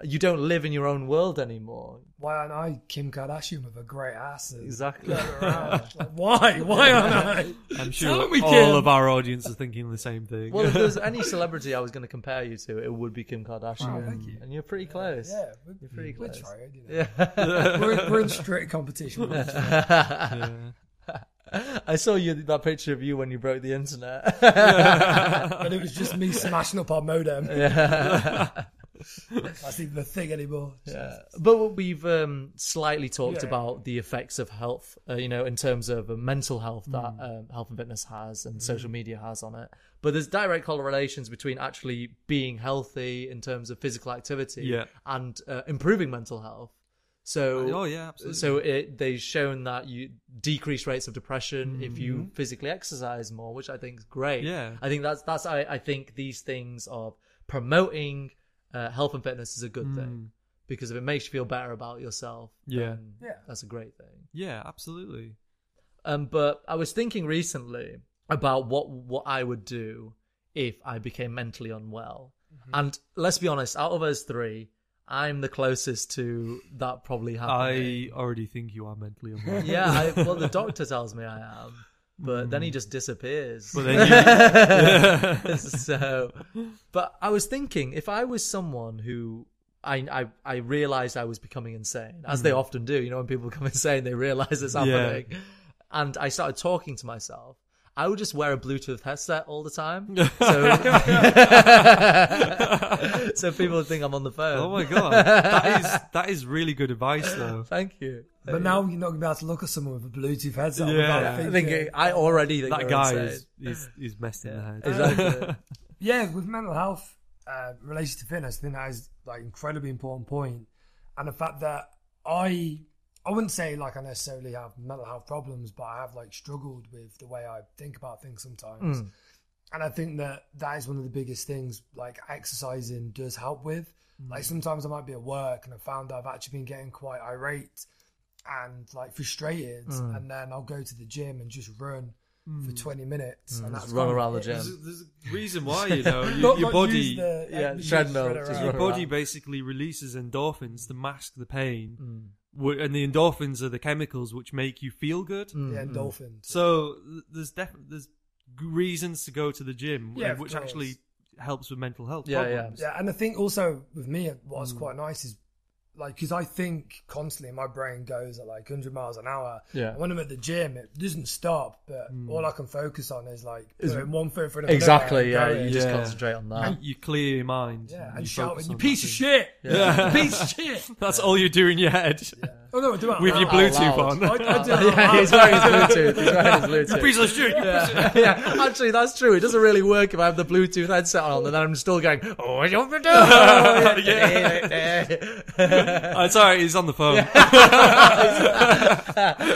you don't live in your own world anymore.
why aren't I Kim Kardashian with a great ass? and-
Exactly.
Like, why? Why aren't I?
I'm sure
Tell me,
all
Kim.
of our audience are thinking the same thing.
well, if there's any celebrity I was going to compare you to, it would be Kim Kardashian.
thank you.
And you're pretty close.
Yeah, we're,
You're pretty
we're
close.
trying, you know.
Yeah.
we're, we're in strict competition. with each other.
I saw you that picture of you when you broke the internet.
and it was just me smashing up our modem.
yeah.
That's even a thing anymore.
Yeah. But we've um, slightly talked
Yeah.
about the effects of health, uh, you know, in terms of uh, mental health that um, health and fitness has and social media has on it. But there's direct correlations between actually being healthy in terms of physical activity
Yeah.
and uh, improving mental health. So,
oh yeah, absolutely.
so it, they've shown that you decrease rates of depression if you physically exercise more, which I think is great.
Mm-hmm. Yeah.
I think that's that's I, I think these things of promoting uh, health and fitness is a good thing because if it makes you feel better about yourself,
Mm. Yeah.
then
Yeah.
that's a great thing.
yeah, absolutely.
Um, but I was thinking recently about what what I would do if I became mentally unwell,
Mm-hmm.
and let's be honest, out of us three. I'm the closest to that probably happening.
I already think you are mentally unwell.
Yeah, I, well, the doctor tells me I am, but
Hmm.
then he just disappears.
But then you-
so, but I was thinking if I was someone who I I, I realized I was becoming insane, as
Hmm.
they often do, you know, when people become insane, they realize it's happening, and I started talking to myself. I would just wear a Bluetooth headset all the time, so so people would think I'm on the phone.
oh my god, that is that is really good advice though.
Thank you.
But now you're not going to be able to look at someone with a Bluetooth headset.
Yeah.
without
I
Thank
think
thinking-
I already think
that
we're
guy
insane.
is, is is messed in the head. Uh,
Exactly.
yeah, with mental health uh, related to fitness, I think that is like incredibly important point, and the fact that I I wouldn't say like I necessarily have mental health problems, but I have like struggled with the way I think about things sometimes,
Hmm.
and I think that that is one of the biggest things like exercising does help with.
Hmm.
Like sometimes I might be at work and I found I've actually been getting quite irate and like frustrated,
Hmm.
and then I'll go to the gym and just run. For 20 miners and that's
Hmm, run
kind of
around the
it.
gym.
There's, a- there's a reason why you know you-
Not-
your
not
body.
use the-
yeah,
use
treadmill,
shredder
just
out.
your
Right.
body basically releases endorphins to mask the pain, Wh- and the endorphins are the chemicals which make you feel good.
Yeah, endorphins.
So th- there's def- there's g- reasons to go to the gym,
Yeah,
uh,
of
which
course.
actually helps with mental health.
Yeah, yeah.
problems.
Yeah, and I think also with me, what's
Mm.
quite nice is like because I think constantly, my brain goes at like 100 miles an hour.
Yeah. Mm.
And when I'm at the gym, it doesn't stop, but all I can focus on is like putting one foot in front of another
Exactly.
and
Yeah,
going.
you just
Yeah.
concentrate on that.
You clear your mind.
Uh, Yeah,
you
and shouting,
focus
"You
on
piece
that
of
thing.
shit!
Yeah.
Piece of shit!"
That's all you do in your head
Oh no, I do it.
with
out
your
loud.
Bluetooth
loud.
on.
I, I do it. out
yeah,
loud.
he's wearing his Bluetooth. He's wearing his Bluetooth.
Oh, piece of shit.
yeah, actually, that's true. It doesn't really work if I have the Bluetooth headset on, and then I'm still going, oh, I don't know.
Oh, it's alright. He's on the phone.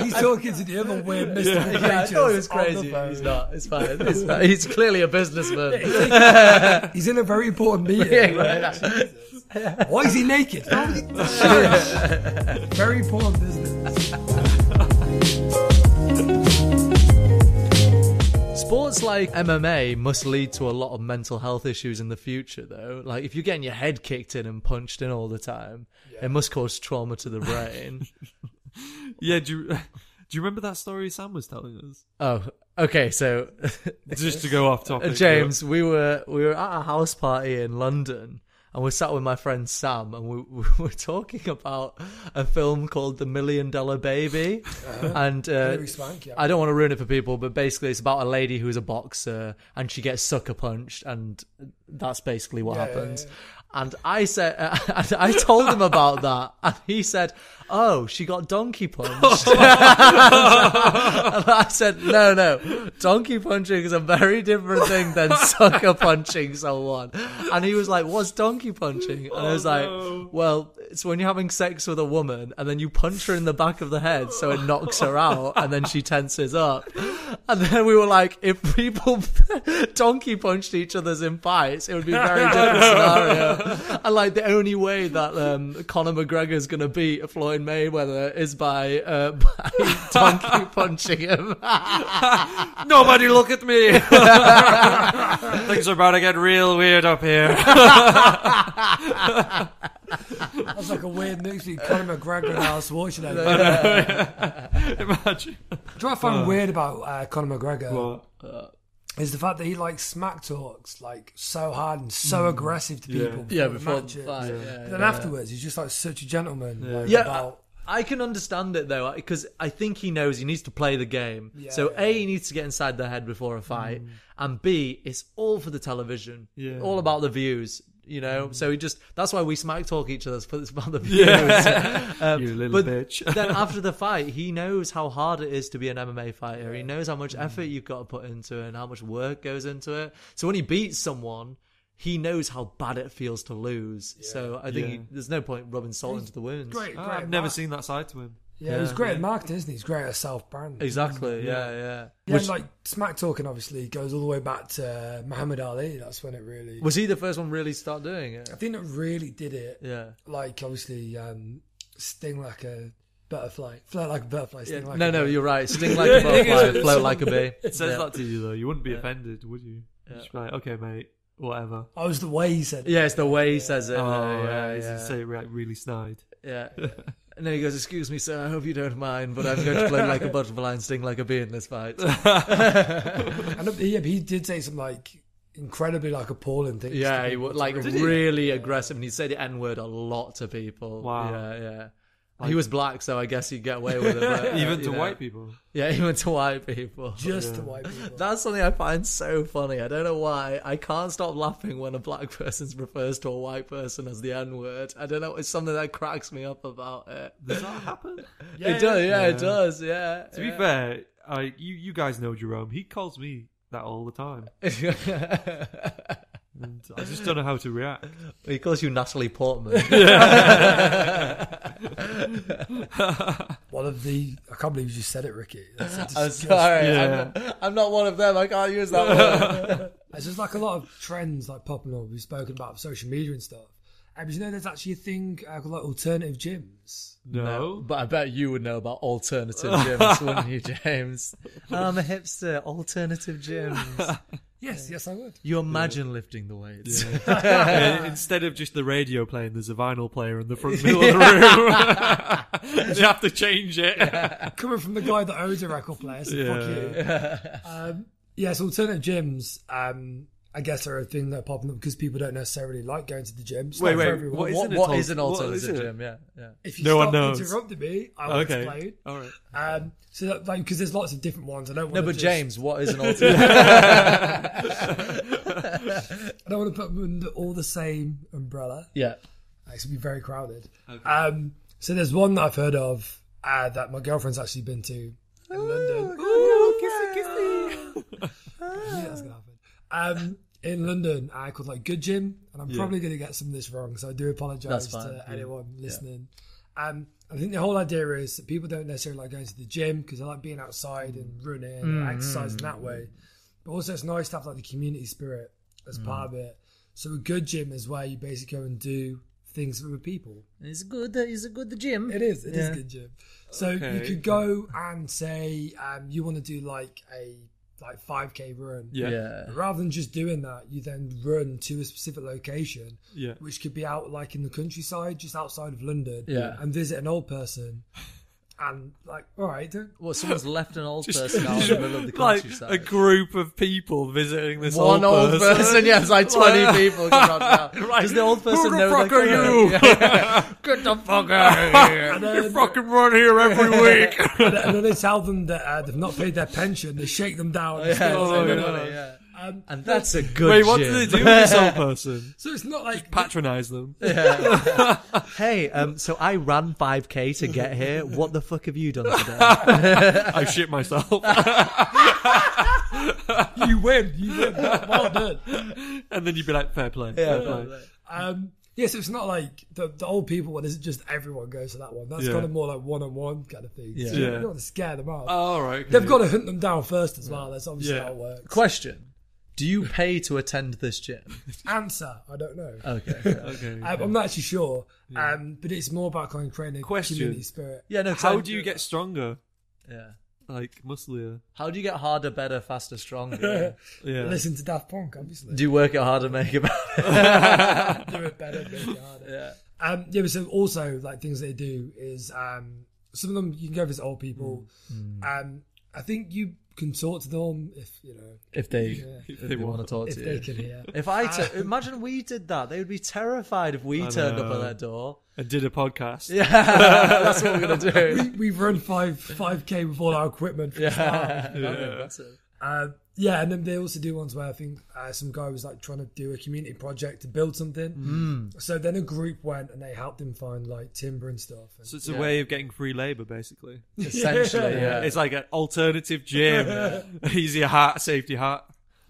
He's talking to the other weird mystical
Yeah, I
creatures.
thought it was
on the
crazy.
phone.
He's not. It's fine. It's fine. He's clearly a businessman.
He's in a very important meeting. Why is he naked? Why would he- very important business.
Sports like MMA must lead to a lot of mental health issues in the future, though. Like, if you're getting your head kicked in and punched in all the time, it must cause trauma to the brain.
Yeah. Do you, do you remember that story Sam was telling us?
oh, okay. So
Just to go off
Uh,
topic.
James, we were we were at a house party in London, and we sat with my friend Sam, and we, we were talking about a film called The Million Dollar Baby, and uh,
Hilary Swank, yeah.
I don't want to ruin it for people, but basically it's about a lady who is a boxer and she gets sucker punched, and that's basically what
Yeah, yeah,
happens. And I said, uh, and I told him about that, and he said, "Oh, she got donkey punched." And I said, no, no. Donkey punching is a very different thing than sucker punching someone. And he was like, what's donkey punching? And
Oh,
I was like, well, it's when you're having sex with a woman and then you punch her in the back of the head so it knocks her out and then she tenses up. And then we were like, if people donkey punched each other's in fights, it would be a very different scenario. And like the only way that um, Conor McGregor's going to beat Floyd Mayweather is by, uh, by donkey punching him.
Nobody look at me. Things are about to get real weird up here.
That's like a weird mix between Conor McGregor and Al Schwarzenegger. Do you
Imagine.
know what I find weird about uh, Conor McGregor?
What?
Is the fact that he like smack talks like so hard and so aggressive to people.
yeah,
before
before
matches.
the fight. Yeah.
But then
yeah.
afterwards, he's just like such a gentleman. like,
Yeah,
about-
I can understand it though, because I think he knows he needs to play the game.
Yeah,
so
yeah,
a, he needs to get inside their head before a fight, and b, it's all for the television.
Yeah.
all about the views. You know, so he just that's why we smack talk each other, but it's about the views. Um,
You little
but
bitch.
then after the fight, he knows how hard it is to be an MMA fighter. He knows how much effort you've got to put into it and how much work goes into it. So when he beats someone, he knows how bad it feels to lose. So I think
Yeah.
he, there's no point rubbing salt into the wounds.
great, great.
I've never
mark-
seen that side to him.
Yeah, he's great at marketing, isn't he? He's great at self branding.
Exactly. Yeah, yeah.
Yeah, like smack talking obviously goes all the way back to uh, Muhammad Ali. That's when it really.
Was he the first one really start doing it?
I think it really did it.
Yeah.
Like obviously, um, sting like a butterfly, float like a butterfly, sting like
No,
a
no, you're right. Sting like a butterfly, float like a bee.
It says
yeah.
that to you though. You wouldn't be offended, would you? You'd just be like, okay, mate, whatever.
I was the way he said. it.
Yeah, it's the way he says it.
Oh, yeah,
yeah,
he's
yeah,
say it like really snide.
yeah. And then he goes, "Excuse me, sir. I hope you don't mind, but I'm going to float like a butterfly and sting like a bee in this fight."
And uh, yeah, but he did say some like incredibly like appalling things.
Yeah,
to
he
people.
was like really aggressive, and he said the N word a lot to people.
Wow.
Yeah, yeah. he was black, so I guess he'd get away with it. but, uh,
Even
you
to
know.
white people.
Yeah, even to white people.
just to white people.
That's something I find so funny. I don't know why. I can't stop laughing when a black person refers to a white person as the N word. I don't know. It's something that cracks me up about it.
Does that happen?
it does. Yeah, it does. Yeah.
To be fair, I you you guys know Jerome. He calls me that all the time, and I just don't know how to react.
he calls you Natalie Portman.
One of the I can't believe you just said it, Ricky. That's a
I'm
disgust-
sorry. I'm, not, I'm not one of them. I can't use that word.
There's just like a lot of trends like popping up. We've spoken about social media and stuff. Um, but you know, there's actually a thing uh, called like alternative gyms.
No,
But I bet you would know about alternative gyms, wouldn't you, James? I'm a hipster. Alternative gyms.
Yes, yes, I would.
You imagine lifting the weights.
Yeah, Uh, instead of just the radio playing, there's a vinyl player in the front middle of the room. you have to change it.
Coming from the guy that owns a record player, so fuck you. Um, yes, alternative gyms. Um, I guess are a thing that are popping up because people don't necessarily like going to the gym. It's
Wait,
not
wait,
for everyone.
what is
What,
it
what
called?
is an alternative
What is it?
gym? Yeah, yeah.
if you
No one
stop
knows.
interrupting me, I will
okay.
explain.
All right.
Um, so that, like, because there's lots of different ones. I don't want
No,
to
but
just,
James, what is an alternative?
I don't want to put them under all the same umbrella.
yeah.
It's gonna be very crowded. Um, so there's one that I've heard of uh, that my girlfriend's actually been to in London. Yeah, that's gonna happen. Um, in London, I called like Good Gym, and I'm probably gonna get some of this wrong, so I do
That's
apologise
fine,
to
yeah.
anyone listening. Um, I think the whole idea is that people don't necessarily like going to the gym because they like being outside
Mm.
and running and exercising that way. But also, it's nice to have like the community spirit as
Mm.
part of it. So a good gym is where you basically go and do things with people.
It's good. uh, It's a good gym.
It is. It is
Yeah.
good gym. So you
Okay.
could go and say um, you want to do like a like five k run.
Yeah. Yeah.
yeah.
Rather than just doing that, you then run to a specific location,
Yeah.
which could be out like in the countryside, just outside of London,
Yeah.
and visit an old person. And like, all right, don't,
Well, someone's left an old person out in the middle of the
like
countryside.
a group of people visiting this
One old person. yeah, it's like 20 people. Right.
Right.
Does the old person
Who the
know
fuck
they're
are
coming?
you?
Yeah. Get the fuck out of here.
and then,
fucking run here every week.
and then they tell them that uh, they've not paid their pension. They shake them down.
Yeah,
Oh,
so
yeah.
nobody, yeah.
Um,
And that's a good
Wait, what do
gym.
they do with this old person?
so it's not like
Patronize them.
Hey, um, so I ran 5k to get here. What the fuck have you done today?
I shit myself.
you win. You win. Well done.
and then you'd be like, fair play. fair play.
Um, yeah, so it's not like the, the old people one isn't just everyone goes to that one. That's
Yeah.
kind of more like one on one kind of thing. So
Yeah. Uh,
you
Yeah.
don't want to scare them off.
Oh, all right. okay.
They've got to hunt them down first as well. That's obviously
Yeah.
how it works.
Question. Do you pay to attend this gym?
Answer, I don't know.
Okay.
Okay.
Um, I'm not actually sure. Um, but it's more about kind of creating a
Question.
community spirit.
Yeah, no, 'cause
How
I'm-
do you get stronger?
Yeah.
Like, musclier?
How do you get harder, better, faster, stronger?
Yeah.
Listen to Daft Punk, obviously.
do you work it harder, make it better?
Do it better, make it harder.
Yeah.
Um, yeah, but so also like things they do is um, some of them you can go visit old people. Um, I think you can talk to them if you know
If they,
If they
want to
want.
talk
if
to
they
you.
can hear.
If I t- imagine we did that, they would be terrified if we turned up at
know.
their door.
I did a podcast.
Yeah, that's what we're gonna do.
We've run five five k with all our equipment. From yeah.
Yeah.
Um, yeah, and then they also do ones where I think uh, some guy was like trying to do a community project to build something. Mm. So then a group went and they helped him find like timber and stuff. And,
So it's a way of getting free labor, basically.
Essentially, yeah.
It's like an alternative gym. Easier hat, safety hat.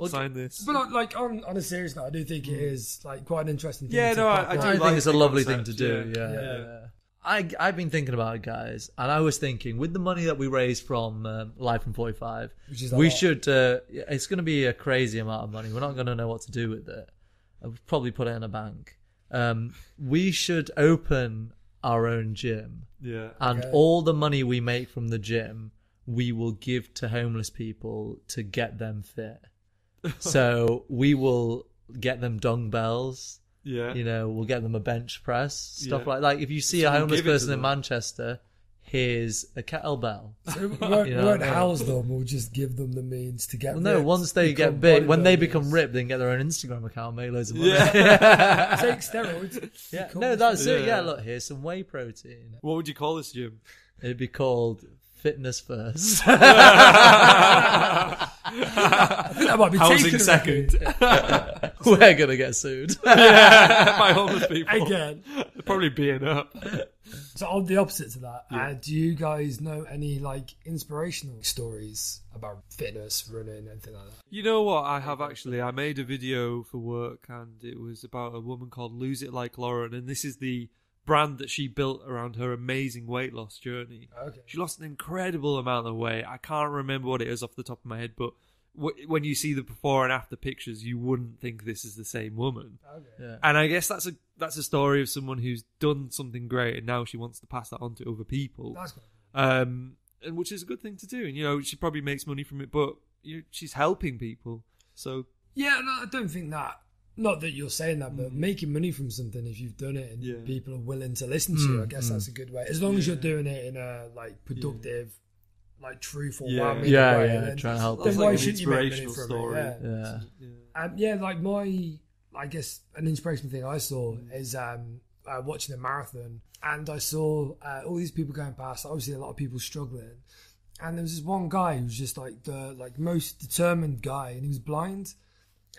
Sign this.
but like, like on on a serious note, I do think
Mm.
it is like quite an interesting. Thing
Yeah,
to
no,
pop
I
up.
do
I
like
think it's a
the
lovely
concept,
thing to do. Yeah.
yeah.
Yeah.
yeah. I I've been thinking about it, guys, and I was thinking with the money that we raised from um, Life from Forty Five,
Which is a
we
lot.
should. Uh, it's going to be a crazy amount of money. We're not going to know what to do with it. I'll probably put it in a bank. Um, we should open our own gym,
Yeah.
and all the money we make from the gym, we will give to homeless people to get them fit. so we will get them dumbbells
Yeah.
you know, we'll get them a bench press, stuff
Yeah.
like like if you see a
Someone
homeless
give it to
person in
them.
Manchester, here's a kettlebell.
So we won't,
You
we
know,
won't
yeah.
house them. We'll just give them the means to get.
Well, no,
ripped,
once they
become
get big, when they
bodybuilders.
become ripped, they can get their own Instagram account, make loads of money. Yeah,
Yeah.
take steroids.
no, that's it. Yeah,
Yeah.
look, here's some whey protein.
what would you call this gym?
It'd be called Fitness First.
I think that might be
Housing
taken
second.
We're gonna get sued.
By homeless people.
again.
They're Probably being up.
So on the opposite to that, uh, do you guys know any like inspirational stories about fitness, running, anything like that?
You know what? I have actually. I made a video for work, and it was about a woman called Lose It Like Lauren, and this is the brand that she built around her amazing weight loss journey.
Okay.
She lost an incredible amount of weight. I can't remember what it is off the top of my head, but w- when you see the before and after pictures, you wouldn't think this is the same woman.
Yeah.
And I guess that's a that's a story of someone who's done something great, and now she wants to pass that on to other people
That's cool.
um, and which is a good thing to do. And you know, she probably makes money from it, but you know, she's helping people. So
Yeah, no, I don't think that. Not that you're saying that,
Mm.
but making money from something if you've done it and
Yeah.
Mm,
people are willing to listen to you, I guess that's a good way. As long as you're doing it in a like productive like truth or
Yeah.
wow me in
Yeah,
a way.
yeah,
and then-
trying to help
Then
people.
why
Like an
shouldn't you make money
inspirational
from
story.
it? Yeah.
Yeah.
Um, yeah, like my, I guess an inspirational thing I saw is um, uh, watching a marathon, and I saw uh, all these people going past. Obviously, a lot of people struggling, and there was this one guy who was just like the like most determined guy, and he was blind.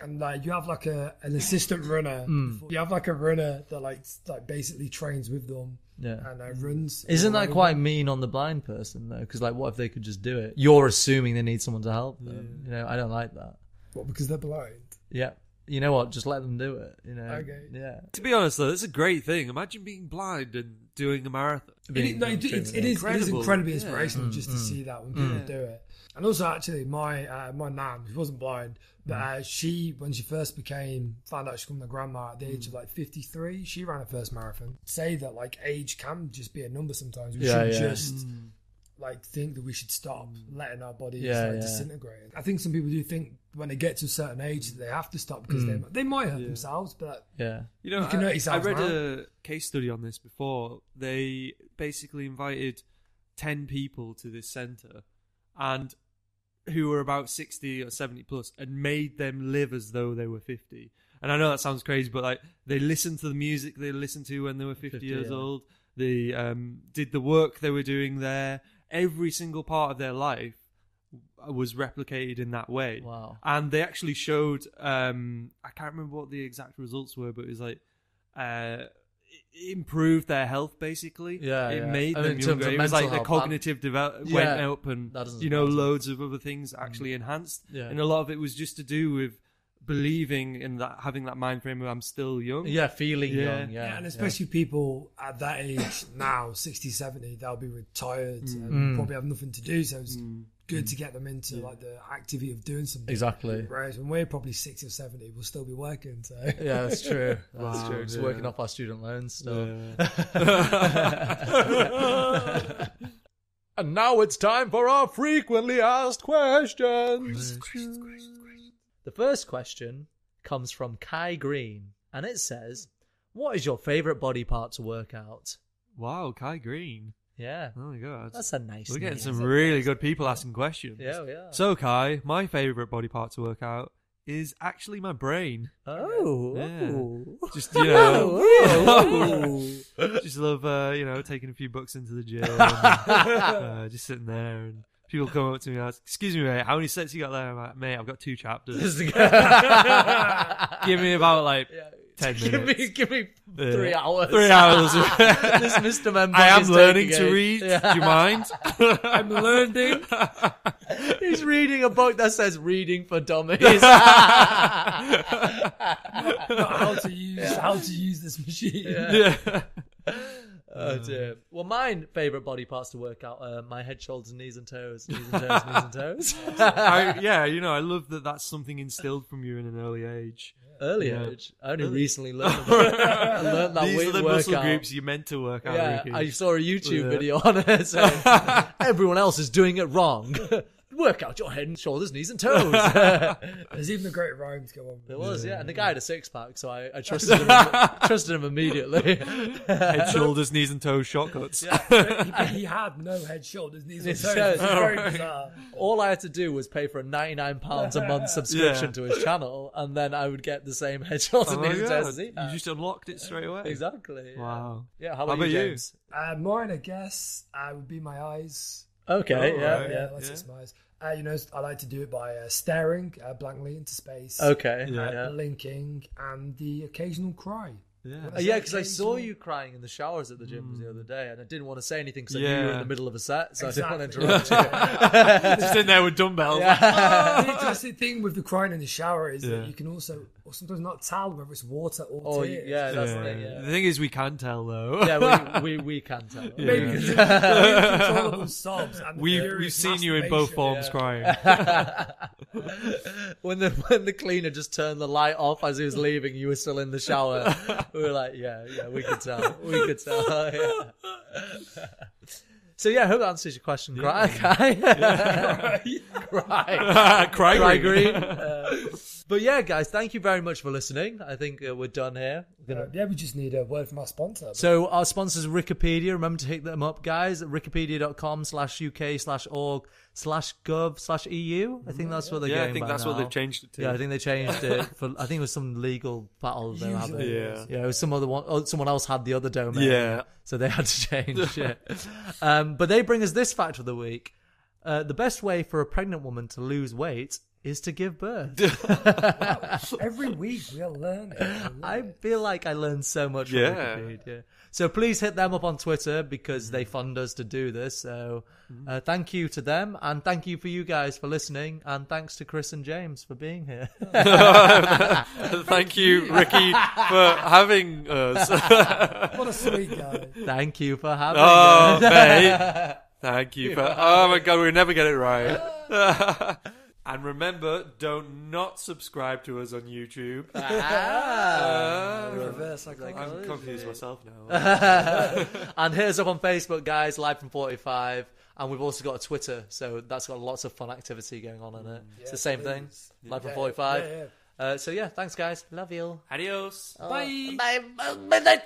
And like you have like a an assistant runner,
Hmm.
you have like a runner that like s- like basically trains with them
Yeah.
and uh, runs.
Isn't
along
that
with
quite mean on the blind person though? Because like, what if they could just do it? You're assuming they need someone to help them. You know, I don't like that.
them. What, because they're blind?
Yeah. You know what? Just let them do it. You know.
Okay.
Yeah.
To be honest, though, that's a great thing. Imagine being blind and doing a marathon.
It is, no, it, it, it, is, it is
Incredible.
incredibly
Yeah.
inspirational
Mm,
just to see that when people do it. And also, actually, my uh, my nan, who wasn't blind, but
Mm.
uh, she, when she first became, found out she became a grandma at the
Mm.
age of like 53, she ran her first marathon. Say that like age can just be a number sometimes. We
Yeah,
should
yeah. Mm.
just like think that we should stop letting our bodies
Yeah,
like,
yeah.
disintegrate. I think some people do think when they get to a certain age that they have to stop because
Mm.
they, they might hurt themselves, but
Yeah.
You know,
You can
I,
notice
I
that as
read
well.
a case study on this before. They basically invited ten people to this center, and who were about sixty or seventy plus, and made them live as though they were fifty. And I know that sounds crazy, but like they listened to the music they listened to when they were fifty,
50,
years
yeah.
old. They um, did the work they were doing there. Every single part of their life was replicated in that way.
Wow.
And they actually showed um I can't remember what the exact results were, but it was like uh it improved their health basically.
Yeah,
It
yeah.
made
I mean,
them
in terms
younger.
of
It was like
mental
their
health,
cognitive development
yeah,
went up and
that doesn't
you know,
matter.
loads of other things actually enhanced.
Yeah.
And a lot of it was just to do with believing in that having that mind frame of I'm still young.
Yeah. Feeling
Yeah.
young. Yeah.
Yeah, and especially people at that age now, 60, 70, they'll be retired
Mm.
and probably have nothing to do. So it's good to get them into like the activity of doing something.
Exactly.
Whereas when we're probably 60 or 70, we'll still be working. So
Yeah, that's true. That's
Wow,
true. Just
yeah.
working off our student loans still. and now it's time for our frequently asked questions. The first question comes from Kai Green, and it says, "What is your favorite body part to work out?"
Wow, Kai Green.
Yeah,
Oh my god.
that's a nice.
We're getting
name.
some really good people asking questions.
Yeah, we are.
So, Kai, my favourite body part to work out is actually my brain.
Oh,
Yeah.
oh.
Just, you know,
Oh, oh.
just love, uh, you know, taking a few bucks into the gym. and, uh, just sitting there and people come up to me and ask, excuse me, mate, how many sets you got there? I'm like, mate, I've got two chapters. Give me about, like, 10
give
minutes.
me, give me three
Yeah.
hours.
Three hours.
this Mr. Member.
I am
is
learning
taking
to
a-
read.
Yeah.
Do you mind? I'm learning.
He's reading a book that says "Reading for Dummies." Oh,
how to use how to use this machine?
yeah.
oh
Uh.
dear. Well, mine favorite body parts to work out are my head, shoulders, knees, and toes. Knees and toes. knees and toes.
I, yeah, you know, I love that that's something instilled from you in an early age.
Early
Yeah.
age. I only recently learned about I learned that
These
weight
are the
workout.
muscle groups you're meant to work out.
Yeah,
Ricky.
I saw a YouTube
Yeah.
video on it saying everyone else is doing it wrong. Work out your head and shoulders, knees and toes.
There's even a great rhyme to go on.
it was, yeah. And the guy had a six pack, so I, I trusted him trusted him immediately.
Head, shoulders, knees, and toes shortcuts.
He, he had no head, shoulders, knees, or
Knees
toes.
and
It's
toes.
very bizarre.
All I had to do was pay for a ninety nine pounds a month subscription
Yeah.
to his channel and then I would get the same head, shoulders,
Oh my
knees and toes
God,
as he
You
had.
just unlocked it straight away.
Exactly. yeah.
Wow.
Yeah, how
How
about,
about
you,
you?
James?
Uh, mine, I guess, uh, would be my eyes.
Okay,
Oh,
yeah,
right.
yeah.
that's
yeah.
just my eyes. Uh, you know, I like to do it by uh, staring uh, blankly into space.
Okay.
Yeah.
yeah.
blinking and the occasional cry.
Yeah.
Uh,
Is
yeah,
that
because I
occasional?
saw you crying in the showers at the gyms
Hmm.
the other day, and I didn't want to say anything because I knew you were in
Yeah.
the middle of a set, so I didn't
Exactly.
want to interrupt
just in there with dumbbells.
the interesting thing with the crying in the shower is
Yeah.
that you can also or sometimes not tell whether it's water or
Oh,
tears.
yeah, that's
Yeah.
the thing. Yeah,
The thing is, we can tell though.
yeah we, we, we can tell.
Maybe
Yeah.
because it's uncontrollable sobs and the
We've,
furious
we've seen you in both
masturbation.
forms
Yeah.
crying.
When the when the cleaner just turned the light off as he was leaving, you were still in the shower. we were like, yeah, yeah, we could tell, we could tell. yeah. So yeah, I hope that answers your question, Cry. Cry. Cry.
Cry
Cry
green.
green. Uh, but yeah, guys, thank you very much for listening. I think uh, we're done here. We're gonna-
Uh, yeah, we just need a word from our sponsor. but-
So our sponsors Wikipedia. Remember to hit them up, guys, at wikipedia.com slash UK slash org slash gov slash EU. I think that's what they're
Mm-hmm. yeah,
getting
I think
by
that's what
now.
they've changed it to.
Yeah, I think they changed it for. I think it was some legal battle they were having.
Usually,
Yeah.
Yeah, it was some other one. Oh, someone else had the other domain.
Yeah.
so they had to change it. Um, but they bring us this fact of the week: uh, the best way for a pregnant woman to lose weight is to give birth.
Every week we are learning.
I feel like I learned so much from
Yeah.
Wikipedia. So please hit them up on Twitter because they fund us to do this. So uh, thank you to them, and thank you for you guys for listening, and thanks to Chris and James for being here.
Thank you, Ricky, for having us.
What a sweet guy.
thank you for having us.
Oh, mate. Thank you for. Oh my God, we never get it right. and remember, don't not subscribe to us on YouTube.
Ah.
Uh,
Reverse psychology.
I'm confused myself now.
And here's up on Facebook, guys, live from 45. And we've also got a Twitter, so that's got lots of fun activity going on in it. it's the same thing,
please.
live from
Yeah,
45.
yeah, yeah.
Uh, so yeah, thanks, guys. Love you.
Adios.
Bye. Bye. Bye.